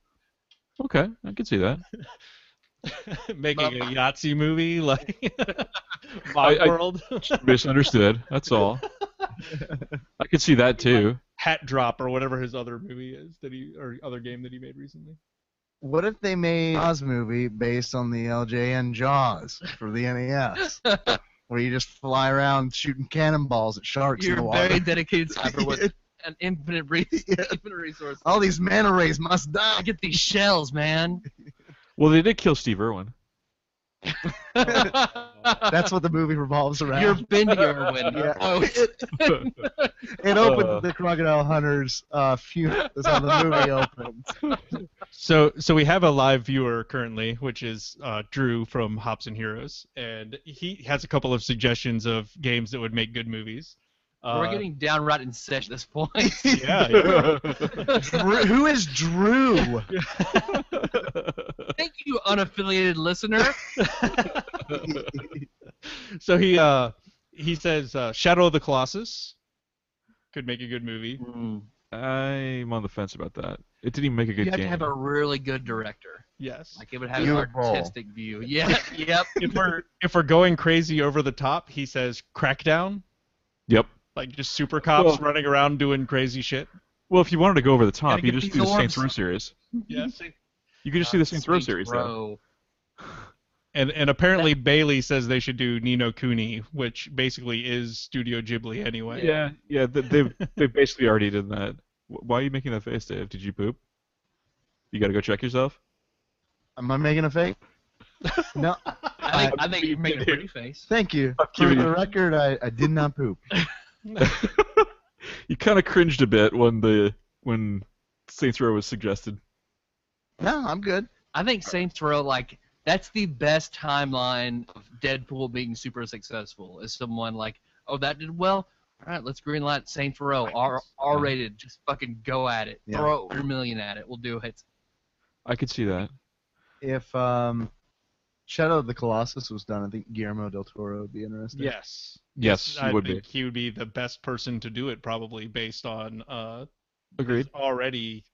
B: Okay, I could see that.
E: Making a Yahtzee movie like
B: I- I-
E: World
B: Misunderstood. That's all. I could see that too.
E: Hat Drop or whatever his other movie is that he or other game that he made recently.
C: what if they made a Jaws movie based on the LJN Jaws for the NES, where you just fly around shooting cannonballs at sharks in
D: You're
C: the
D: a
C: water?
D: very dedicated sniper with an infinite, re-
C: Yeah.
D: infinite resource.
C: All these manta rays must
D: I
C: die.
D: get these shells, man.
B: Well, they did kill Steve Irwin.
C: That's what the movie revolves around.
D: You're bending your window.
C: Yeah.
D: Oh,
C: It opens
B: Uh.
C: the Crocodile Hunter's uh, funeral. That's how the movie opens.
E: So, so we have a live viewer currently, which is uh, Drew from Hops and Heroes, and he has a couple of suggestions of games that would make good movies. Uh,
D: We're getting downright in sesh at this point.
E: yeah, yeah.
C: Drew, who is Drew?
D: Thank you, unaffiliated listener.
E: so he uh, he says uh, Shadow of the Colossus could make a good movie.
B: I'm on the fence about that. It didn't even make a Mm, good
D: you have
B: game.
D: to have a really good director.
E: Yes.
D: Like it would have an
C: Beautiful.
D: artistic view. Yeah. Yep.
E: If we're if we're going crazy over the top, he says Crackdown,
B: Yep.
E: like just super cops
B: Well-
E: running around doing crazy shit.
B: Well, if you wanted to go over the top,
D: Gotta
B: you
D: get
B: just do
D: these
B: the Saints
D: orbs.
B: Row series.
E: Yeah, see?
B: You could just do the Saints Row
D: Saints
B: series, though.
D: Row.
E: And and apparently Bailey says they should do Nino Cooney, which basically is Studio Ghibli anyway.
B: Yeah, yeah, th- they've they basically already done that. Wh- Why are you making that face, Dave? Did you poop? You gotta go check yourself.
C: Am I making a fake? no.
D: I think, I think
B: you
D: you're making a
B: did.
D: pretty face.
C: Thank you. For
B: you.
C: the record, I, I did not poop.
B: You kind of cringed a bit when the when Saints Row was suggested.
C: No, I'm good.
D: I think Saints Row, like, that's the best timeline of Deadpool being super successful. Is someone like, oh, that did well? All right, let's greenlight Saints Row, R, R-rated. Just fucking go at it.
C: Yeah.
D: Throw a million at it. We'll do it.
B: I could see that.
C: If um, Shadow of the Colossus was done, I think Guillermo del Toro would be interested.
E: Yes.
B: Yes,
E: I
B: you would
E: think
B: be.
E: he would be the best person to do it probably based on uh
B: Agreed.
E: already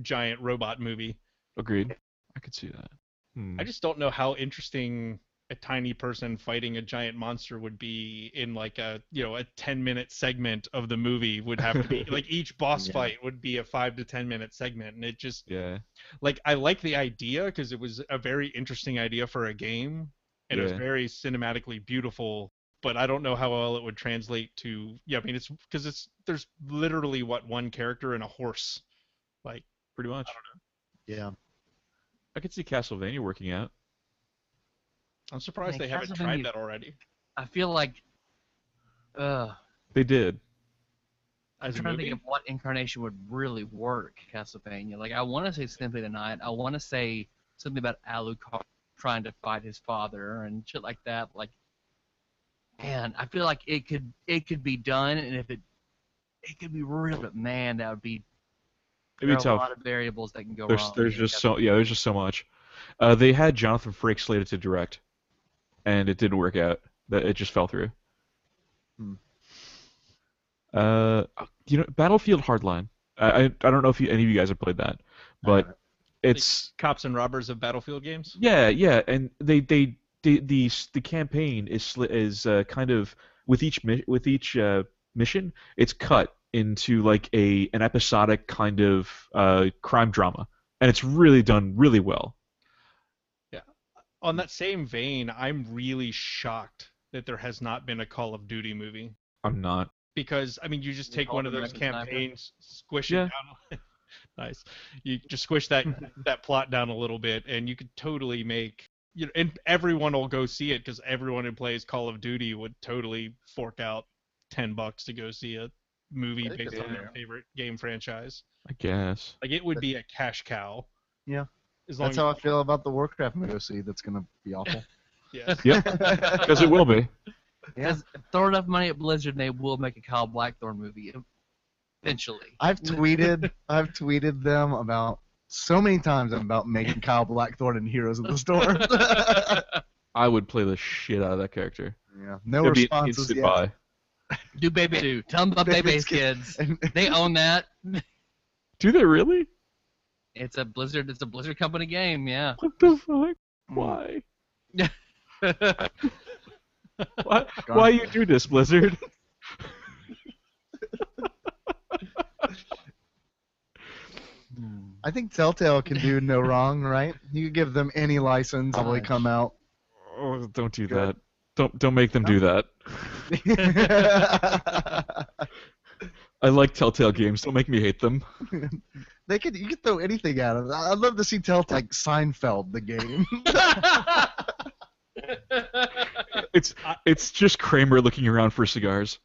E: giant robot movie.
B: Agreed. I could see that. Hmm.
E: I just don't know how interesting a tiny person fighting a giant monster would be in like a you know a 10 minute segment of the movie would have to be like each boss
C: Yeah.
E: fight would be a 5 to 10 minute segment and it just
B: yeah.
E: like I like the idea because it was a very interesting idea for a game, and it was
B: Yeah.
E: very cinematically beautiful. But I don't know how well it would translate to. Yeah, I mean it's because it's there's literally what one character and a horse. Like
B: Pretty much. I,
C: Yeah.
B: could see Castlevania working out.
E: I'm surprised
D: Like,
E: they haven't
D: Castlevania-
E: tried that already.
D: I feel like, uh,
B: They did.
E: As a
D: I'm trying
E: movie?
D: to think of what incarnation would really work, Castlevania. Like I want to say Symphony of the Night. I want to say something about Alucard trying to fight his father and shit like that. Like, man, I feel like it could it could be done, and if it it could be real, but man, that would be
B: It'd
D: there
B: be
D: are a
B: tough.
D: lot of variables that can go
B: There's
D: wrong.
B: there's just so yeah, there's just so much. Uh, they had Jonathan Frakes slated to direct, and it didn't work out. That it just fell through.
C: Hmm.
B: Uh, you know, Battlefield Hardline. I I, I don't know if you, any of you guys have played that, but it's
E: cops and robbers of battlefield games.
B: yeah yeah, and they they, they the s- the campaign is sli- is uh, kind of with each mi- with each uh, mission, it's cut into like a an episodic kind of uh, crime drama, and it's really done really well.
D: Mm.
E: On that same vein, I'm really shocked that there has not been a Call of Duty movie
B: I'm not.
E: because I mean you just
D: You
E: take
D: call
E: one
D: it
E: of those
D: American Sniper?
E: campaigns, squish
B: Yeah.
E: it down. nice. You just squish that that plot down a little bit, and you could totally make you know, and everyone will go see it because everyone who plays Call of Duty would totally fork out ten bucks to go see a movie
C: I think
E: based
C: that's
E: on their
C: fair.
E: favorite game franchise.
B: I guess.
E: Like it would be a cash cow.
C: Yeah.
E: As long
C: That's how I feel about the Warcraft movie. That's gonna be awful.
E: yeah.
B: Because it will be.
C: Yeah.
D: Because if throw enough money at Blizzard, they will make a Kyle Blackthorne movie eventually.
C: I've tweeted I've tweeted them about so many times about making Kyle Blackthorne in Heroes of the Storm.
B: I would play the shit out of that character.
C: yeah. No
B: It'd be an
C: responses
B: instant
C: yet.
B: buy.
D: do baby do. Tell them about
C: Baby's
D: baby's kids.
C: And-
D: They own that.
B: Do they really?
D: It's a Blizzard. It's a Blizzard company game. Yeah.
B: What the
C: Mm.
B: fuck? Why? Why, why you do this, Blizzard?
C: I think Telltale can do no wrong, right? You could give them any license and they
D: Gosh.
C: come out.
B: Oh, don't do
C: Good.
B: that. Don't don't make them do that. I like Telltale games. Don't make me hate them.
C: they could you could throw anything at them. I- I'd love to see Telltale like Seinfeld the game.
B: It's it's just Kramer looking around for cigars.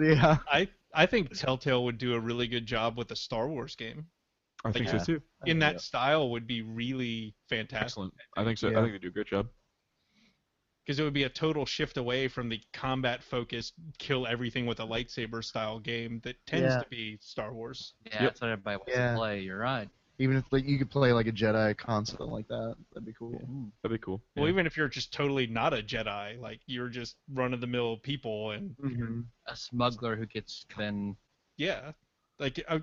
C: yeah.
E: I I think Telltale would do a really good job with a Star Wars game.
B: I think
C: Yeah.
B: so too.
E: In that style would be really fantastic.
B: Excellent. I think so.
C: Yeah.
B: I think they do a great job.
E: because it would be a total shift away from the combat focused kill everything with a lightsaber style game that tends
C: Yeah.
E: to be Star Wars.
D: Yeah, that's what everybody wants
C: Yeah.
D: to play. You're right.
C: Even if like, you could play like a Jedi console like that, that'd be cool.
B: That'd be cool.
E: Well,
B: Yeah.
E: even if you're just totally not a Jedi, like you're just run of the mill people, and
C: Mhm.
D: A smuggler who gets then
E: yeah, like uh,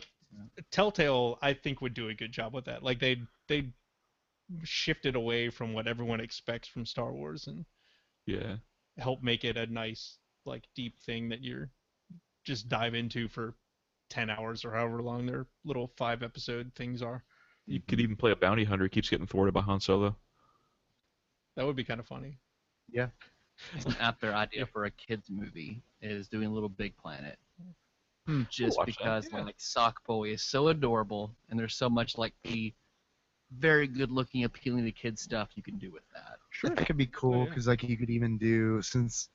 E: Telltale, I think would do a good job with that. Like they they shifted away from what everyone expects from Star Wars and
B: yeah.
E: help make it a nice like deep thing that you're just dive into for ten hours or however long their little five episode things are.
B: You could even play a bounty hunter who keeps getting thwarted by Han Solo.
E: That would be kind of funny.
D: An out there idea for a kids movie is doing Little Big Planet.
E: Hmm,
D: Just
B: watch that,
D: because
E: yeah.
D: like Sock Boy is so adorable, and there's so much like the very good looking, appealing to kids stuff you can do with that.
C: That could be cool
E: Oh, yeah.
C: because like you could even do since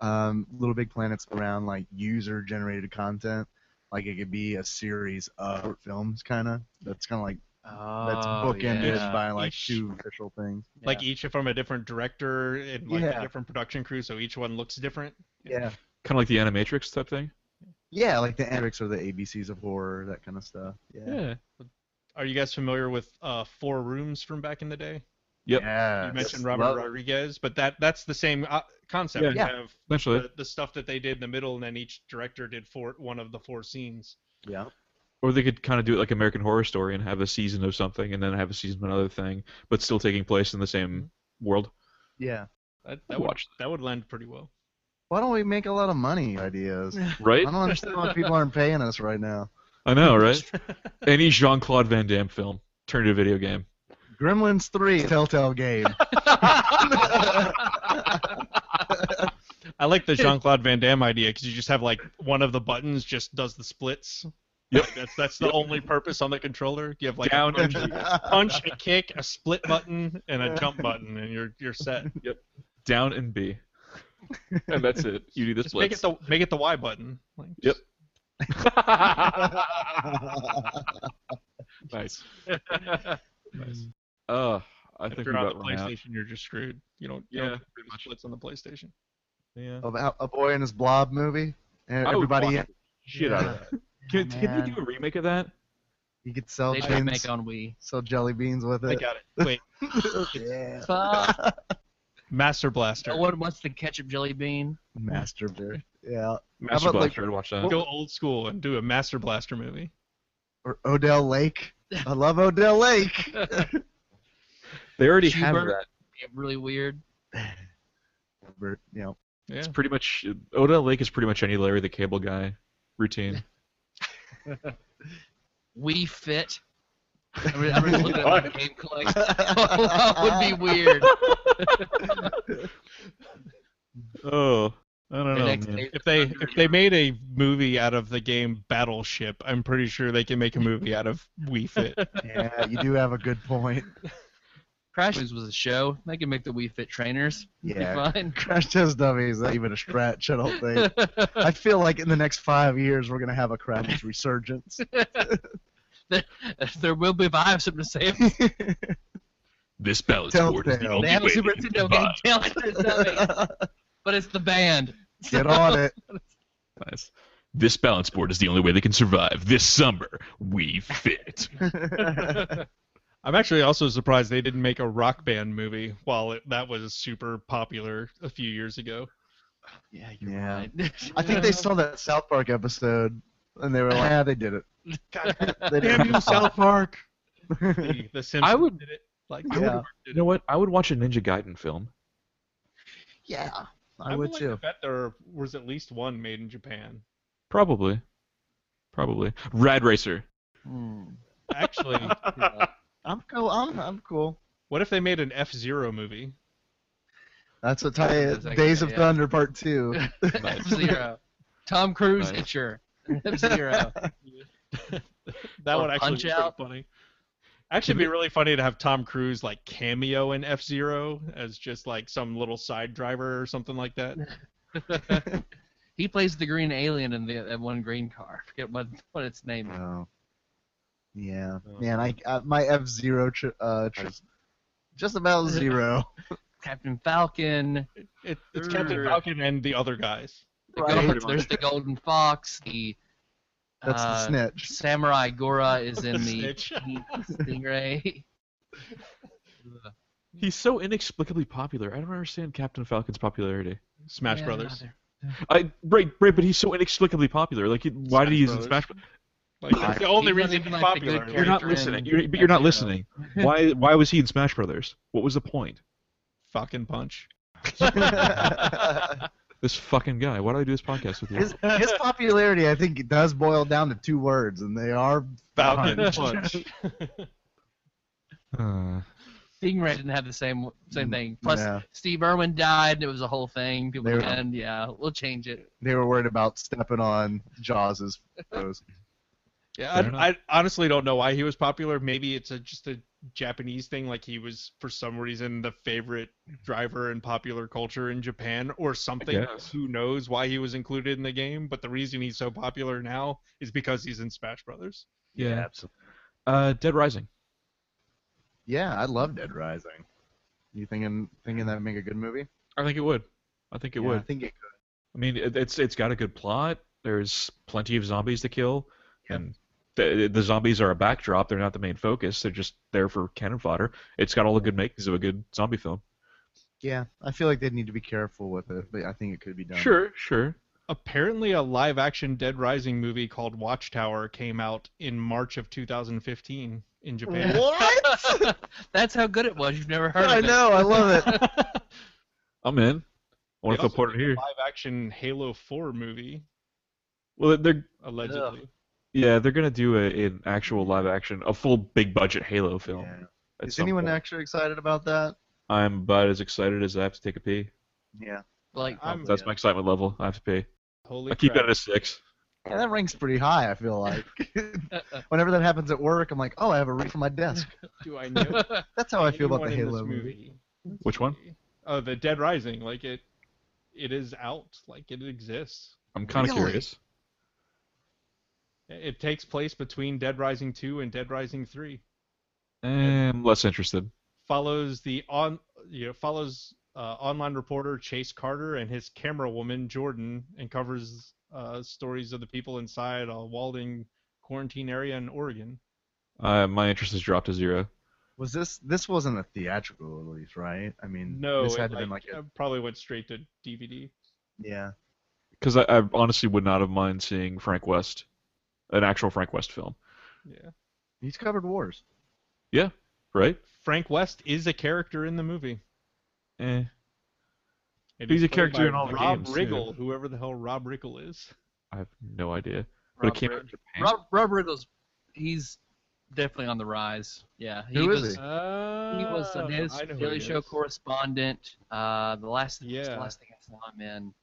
C: um, Little Big Planet's around like user generated content. Like it could be a series of short films, kind of. That's kind of like
D: Oh,
C: that's bookended
E: yeah.
C: by like
E: Each-
C: two official things.
E: Like each from a different director and like
C: Yeah.
E: a different production crew, so each one looks different.
C: Yeah,
B: Kind of like the Animatrix type thing.
C: yeah, like the Antics or the ABCs of horror, that kind of stuff. Yeah,
E: Are you guys familiar with uh, Four Rooms from back in the day?
B: Yep.
C: yeah.
E: You mentioned Robert Rodriguez, but that that's the same uh, concept.
B: Yeah.
E: You
C: Yeah.
E: have
B: Eventually.
E: the, the stuff that they did in the middle, and then each director did four one of the four scenes.
C: Yeah,
B: Or they could kind of do it like American Horror Story and have a season of something and then have a season of another thing, but still taking place in the same world.
C: yeah.
E: That,
B: I'd
E: that would
B: watch
E: that would land pretty well.
C: Why don't we make a lot of money ideas? I
B: Right?
C: don't understand why people aren't paying us right now.
B: I know, right? Any Jean Claude Van Damme film turned into a video game.
C: Gremlins 3, Telltale Game.
E: I like the Jean Claude Van Damme idea because you just have like one of the buttons just does the splits.
B: Yep.
E: Like, that's that's the only purpose on the controller. You have like
B: Down
E: a punch, punch, a kick, a split button, and a jump button, and you're you're set.
B: Down and B. and that's it. You do this
E: Just make it the make it the Y button. Like,
B: Yep.
E: just-
B: nice. nice. Uh, I
E: if
B: think we
E: you're on the
B: got run out.
E: PlayStation, you're just screwed. You don't you
B: Yeah,
E: don't
B: pretty
E: do
B: much.
E: splits on the PlayStation. Yeah.
C: About a boy and his blob movie. And
D: Oh,
B: I would
C: everybody,
B: watch the Shit out of that. Can, can
C: Yeah,
B: they
C: man.
B: do a remake of that?
C: you could sell
D: they did
C: chains,
D: make on Wii.
C: sell jelly beans with
E: I
C: it.
E: got it. Wait,
C: yeah.
D: Fuck.
E: Master Blaster.
D: No one wants the ketchup jelly bean.
C: Master beer. Yeah.
B: Master
C: about, like-
B: Blaster, I'd watch that.
E: Go old school and do a Master Blaster movie.
C: Or Odell Lake. I love Odell Lake.
B: They already have
D: Hubert.
B: that.
D: It'd be really weird.
C: Bert, you know,
E: Yeah.
B: It's pretty much Odell Lake is pretty much any Larry the Cable Guy routine.
D: We fit. I'm really, I'm really looking at my game collection. that would be weird.
B: oh, I don't
D: The
B: know.
D: next
B: man.
D: day-
E: If they if they made a movie out of the game Battleship, I'm pretty sure they can make a movie out of Wii Fit.
C: yeah, you do have a good point.
D: Crash Dummies was a show. They can make the Wii Fit trainers. It'd be
C: Yeah.
D: fine.
C: Crash Test Dummy is not even a stretch, I don't think. I feel like in the next five years we're gonna have a Crash resurgence.
D: there will be. If I have something to say, if
B: This ballot
C: Tell
B: board is the
C: them.
B: only
D: they have a
B: way
D: Super
B: to
D: Nintendo game,
B: survive.
D: tell it to somebody. But it's the band.
C: Get on it.
B: Nice. This balance board is the only way they can survive. This summer, we fit.
E: I'm actually also surprised they didn't make a rock band movie while it, that was super popular a few years ago.
D: Yeah,
C: you're Yeah. right. I think they saw that South Park episode and they were like, "Yeah, they did it." They did it.
E: Park. the, the Simpsons
B: I would-
E: did it. Like
C: I would-
E: Homer
B: You
E: did
B: know
E: it.
B: what? I would watch a Ninja Gaiden film.
C: yeah, I,
E: I would
C: would
E: like to
C: too.
E: bet there was at least one made in Japan.
B: Probably. Probably. Rad Racer.
E: Actually,
C: Hmm. I'm cool. I'm, I'm cool.
E: what if they made an F Zero movie?
C: That's what tie
D: Yeah,
C: it.
D: that's
C: Days
D: actually-
C: of
D: yeah.
C: Thunder Part Two.
D: F Zero. Tom Cruise
B: Nice.
D: Hitcher. F Zero.
E: That
D: Or
E: would actually be
D: Punch-Out?
E: pretty funny. Actually, it'd be really funny to have Tom Cruise like cameo in F Zero as just like some little side driver or something like that.
D: He plays the green alien in the that one green car. I forget what what its name is.
C: Oh. Yeah,
D: Oh.
C: man. I, I my F Zero tri- uh, tri- just about zero.
D: Captain Falcon.
E: It, it's Captain
D: Sure.
E: Falcon and the other guys.
D: The
C: Right.
D: Golden-
B: Pretty much.
D: there's the Golden Fox. The
C: That's the
D: uh,
C: snitch.
D: Samurai Gora is in the
E: Snitch.
D: Stingray.
B: He's so inexplicably popular. I don't understand Captain Falcon's popularity.
E: Smash
D: Yeah,
E: Brothers.
B: I right, right, but he's so inexplicably popular. Like, he- why did he use in
E: Brothers.
B: Smash?
E: Like that's the only
D: He's not
E: reason
D: even,
E: he's
D: like, the good
E: popular.
D: character.
B: You're not
D: in
B: listening. You're, but you're not
D: F-Zero.
B: listening. Why? Why was he in Smash Brothers? What was the point?
E: Fucking punch.
C: yeah,
B: This fucking guy. Why do I do this podcast with you?
C: His, his popularity, I think, it does boil down to two words, and they are
E: Falcon
C: punch.
E: punch.
B: Uh,
D: Stingray didn't have the same same thing. Plus,
C: Mm, Yeah.
D: Steve Irwin died. It was a whole thing. People
C: They were-
D: and yeah, we'll change it.
C: They were worried about stepping on Jaws's toes.
E: Yeah,
B: Fair
E: I, I honestly don't know why he was popular. Maybe it's a, just a Japanese thing. Like he was, for some reason, the favorite driver in popular culture in Japan or something.
F: guess.
E: Who knows why he was included in the game? But the reason he's so popular now is because he's in Smash Brothers.
B: yeah.
F: absolutely.
B: Uh, Dead Rising.
C: Yeah, I love Dead Rising. You thinking thinking that'd make a good movie?
B: I think it would. I think it
C: Yeah, I
B: would.
C: think it
B: I mean, it, it's it's got a good plot. There's plenty of zombies to kill,
C: Yep.
B: and the, the zombies are a backdrop. They're not the main focus. They're just there for cannon fodder. It's got all the good makings of a good zombie film.
C: Yeah, I feel like they'd need to be careful with it, but I think it could be done.
B: Sure, sure.
E: Apparently, a live action Dead Rising movie called Watchtower came out in March of 2015 in Japan.
D: What? That's how good it was. You've never heard
C: I
D: of it.
C: know, I love it.
B: I'm in. I
E: They
B: want to
E: also
B: put it
E: made a
B: here.
E: Live action Halo 4 movie,
B: Well, they're
E: allegedly.
B: yeah, they're gonna do a, an actual live action, a full big budget Halo film.
C: Yeah.
B: at
C: Is
B: some
C: anyone
B: point.
C: actually excited about that?
B: I'm about as excited as I have to take a pee.
C: Yeah.
D: Like
E: I'm-
B: That's my excitement level. I have to pee.
E: Holy
B: I keep
E: crap.
B: that at a six.
C: yeah, that ranks pretty high. I feel like
D: uh, uh,
C: whenever that happens at work, I'm like, oh, I have a read from my desk.
E: Do I know
C: That's how I feel about
E: anyone
C: the
E: in
C: Halo
E: this
C: movie.
B: Which one?
E: Oh, the Dead Rising. Like it, it is out. Like it exists.
B: I'm kind of
C: Really?
B: curious.
E: It it takes place between Dead Rising 2 and Dead Rising 3.
B: Eh, I'm less interested.
E: Follows the on, you know, follows uh, online reporter Chase Carter and his camera woman Jordan, and covers uh, stories of the people inside a Walding quarantine area in Oregon.
B: Uh, my interest has dropped to zero.
C: Was this this wasn't a theatrical release, right? I mean,
E: No,
C: this
E: it,
C: had to
E: like,
C: been like a,
E: uh, probably went straight to DVD.
C: yeah.
B: Because I, I honestly would not have mind seeing Frank West, an actual Frank West film,
E: Yeah.
C: He's covered wars.
B: right?
E: Frank West is a character in the movie.
B: Eh.
E: And
B: He's a
E: played
B: character
E: by
B: in all the
E: Rob
B: games,
E: Riggle,
B: too.
E: whoever the hell Rob Riggle is.
B: I have no idea. But
D: Rob,
B: it came out
D: Rig-
B: in Japan.
D: Rob, Rob Riggle's, he's definitely on the rise. Yeah, he
C: Who
D: was.
C: is he?
E: Oh,
D: He was the News Daily Show correspondent. Uh, the last, what's the
E: Yeah.
D: last thing I saw him in.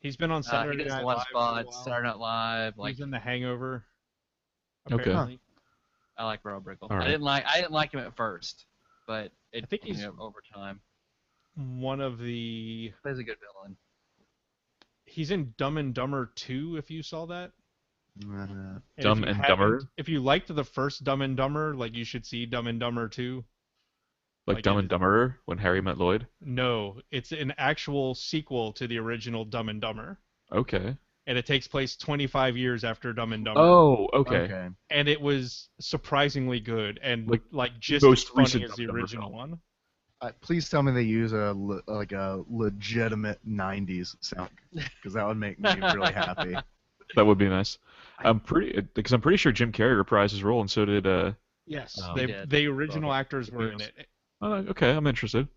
E: He's been on
D: Uh,
E: Saturday
D: he does
E: Night
D: one
E: Live for a
D: spot,
E: while.
D: Saturday Night Live. Like
E: He's in The Hangover.
B: Okay.
E: apparently. Mm-hmm.
D: I like Rob Riggle.
B: All right.
D: I didn't like, I didn't like him at first, but it,
E: I think
D: you
E: he's-
D: know, over time.
E: One of the
D: Plays a good villain.
E: he's in Dumb and Dumber 2 if you saw that.
C: Uh,
E: if
B: Dumb
E: you
B: and
E: haven't-
B: Dumber?
E: If you liked the first Dumb and Dumber, like you should see Dumb and Dumber 2.
B: Like
E: Like
B: Dumb
E: it-
B: and Dumberer when Harry met Lloyd.
E: No, it's an actual sequel to the original Dumb and Dumber.
B: Okay.
E: And it takes place 25 years after Dumb and Dumber.
B: Oh, okay.
E: and it was surprisingly good and
B: Like,
E: like, just
B: most
E: as funny
B: recent
E: as the
B: Dumb and Dumber
E: original
B: film.
E: one.
C: Uh, please tell me they use a le- like a legitimate '90s sound because that would make me really happy.
B: That would be nice. I'm pretty because I'm pretty sure Jim Carrey reprised his role, and so did. Uh,
E: Yes,
B: Um,
E: they
D: Yeah.
E: the original actors were in
B: Yes.
E: it.
B: oh, okay, I'm interested.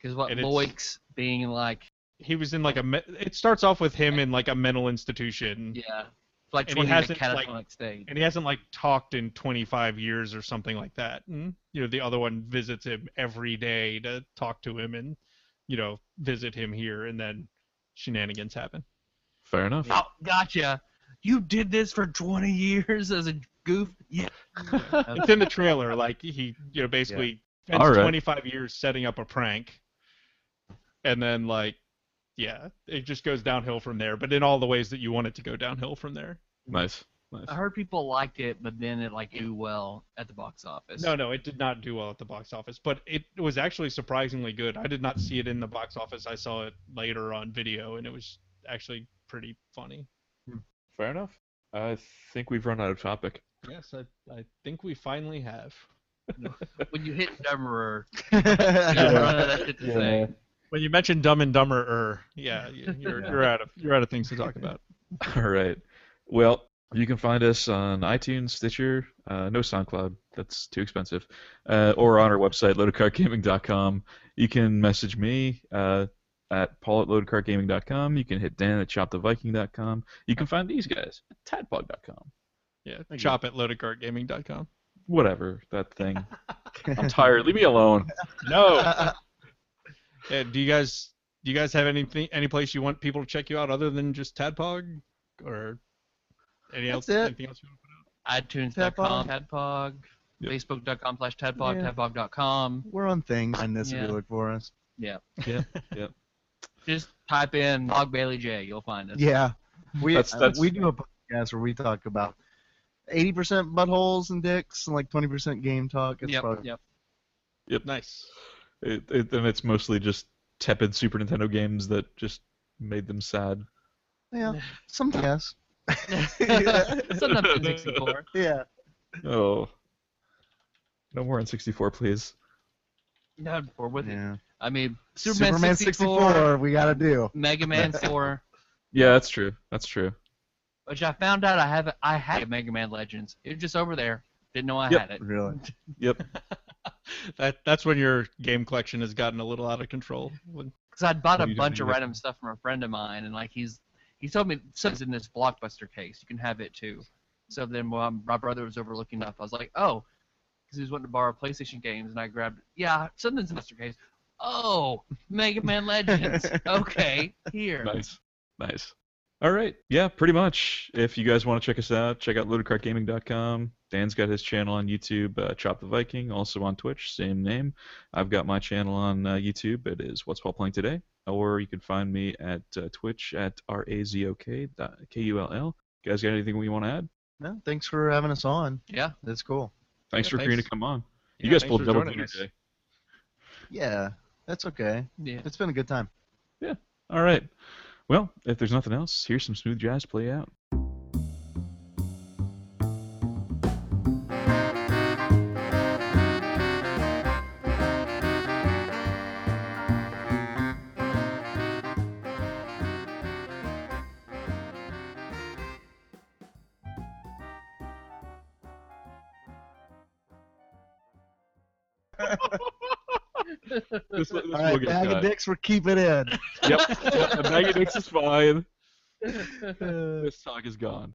D: Because what
E: And it's-
D: Loic's being like,
E: He was in like a. Me- it starts off with him in like a mental institution,
D: yeah, like
E: And he
D: 20 minute
E: hasn't, like-
D: catatonic state.
E: and he hasn't like talked in 25 years or something like that. And, you know, the other one visits him every day to talk to him and, you know, visit him here, and then shenanigans happen.
B: Fair enough.
D: Oh, gotcha. You did this for 20 years as a goof? Yeah.
E: It's in the trailer. Like he, you know, basically spends
B: All right.
E: 25 years setting up a prank, and then like, yeah, it just goes downhill from there. But in all the ways that you want it to go downhill from there.
B: Nice. Nice.
D: I heard people liked it, but then it like do well at the box office.
E: No, no, it did not do well at the box office, but it was actually surprisingly good. I did not see it in the box office. I saw it later on video, and it was actually pretty funny.
B: Fair enough. I think we've run out of topic.
E: Yes, I, I think we finally have.
D: When you hit Dumberer, you
C: Yeah.
D: run out of that shit to say.
E: When you mentioned Dumb and Dumberer, yeah, you- you're,
C: Yeah.
E: you're out of you're out of things to talk about.
B: All right. Well, you can find us on iTunes, Stitcher, uh, no SoundCloud, that's too expensive, uh, or on our website, loadedcargaming.com. You can message me. Uh, at paul at loadcartgaming.com. You can hit Dan at shoptheviking.com. You can find these guys at tadpog.com.
E: Yeah, chop at loadedcartgaming.com.
B: Whatever, that thing. I'm tired. Leave me alone.
E: No. yeah, do you guys do you guys have anything any place you want people to check you out other than just Tadpog or any else
C: That's it.
E: anything else you want to put
D: iTunes.com, Tadpog,
B: Yep.
D: Facebook.com slash Tadpog,
C: Yeah.
D: Tadpog.com.
C: We're on things on this if
D: Yeah.
C: you look for us.
D: Just type in Log Bailey J. You'll find us.
C: Yeah, we uh,
B: That's- that's-
C: we do a podcast where we talk about eighty percent buttholes and dicks and like twenty percent game talk. It's
D: Yep.
C: probably-
D: Yep.
E: out? Nice.
B: It, it, and it's mostly just tepid Super Nintendo games that just made them sad.
C: yeah, some yes,
D: Sometimes in 64.
C: yeah.
B: Oh. No more on 64, please.
D: Yeah, we're with it.
C: yeah.
D: I mean, Superman, 64,
C: 64, we gotta do.
D: Mega Man 4,
B: Yeah, that's true. That's true.
D: which I found out I have I had Mega Man Legends. It was just over there. Didn't know I
B: Yep.
D: had it.
C: Really?
E: That that's when your game collection has gotten a little out of control. When-
D: Because I'd bought
B: Oh,
D: a
B: you don't
D: bunch of
B: need it.
D: random stuff from a friend of mine, and like he's he told me something's in this blockbuster case. You can have it too. So then while my brother was overlooking stuff, I was like, oh, because he was wanting to borrow PlayStation games, and I grabbed yeah something's in this case. Oh, Mega Man Legends. Okay, here.
B: Nice. Nice. All right. Yeah, pretty much. If you guys want to check us out, check out loadedcartgaming.com. Dan's got his channel on YouTube, uh, Chop the Viking, also on Twitch, same name. I've got my channel on uh, YouTube. It is What's Paul Playing Today. Or you can find me at uh, Twitch at razok dot K U L L. You guys got anything we want to add?
C: No, thanks for having us on.
D: Yeah.
C: That's cool.
B: Thanks
E: Yeah,
B: for agreeing to
E: thanks.
B: come on.
E: Yeah,
B: you guys
E: thanks
B: pulled
E: for
B: double
E: joining
B: duty
E: us.
B: today.
C: Yeah, that's okay.
D: Yeah.
C: It's been a good time.
B: All right. Well, if there's nothing else, here's some smooth jazz play out. This, this
C: All right, bag of dicks, we're keeping in.
B: yep. yep. A bag of dicks is fine. this talk is gone.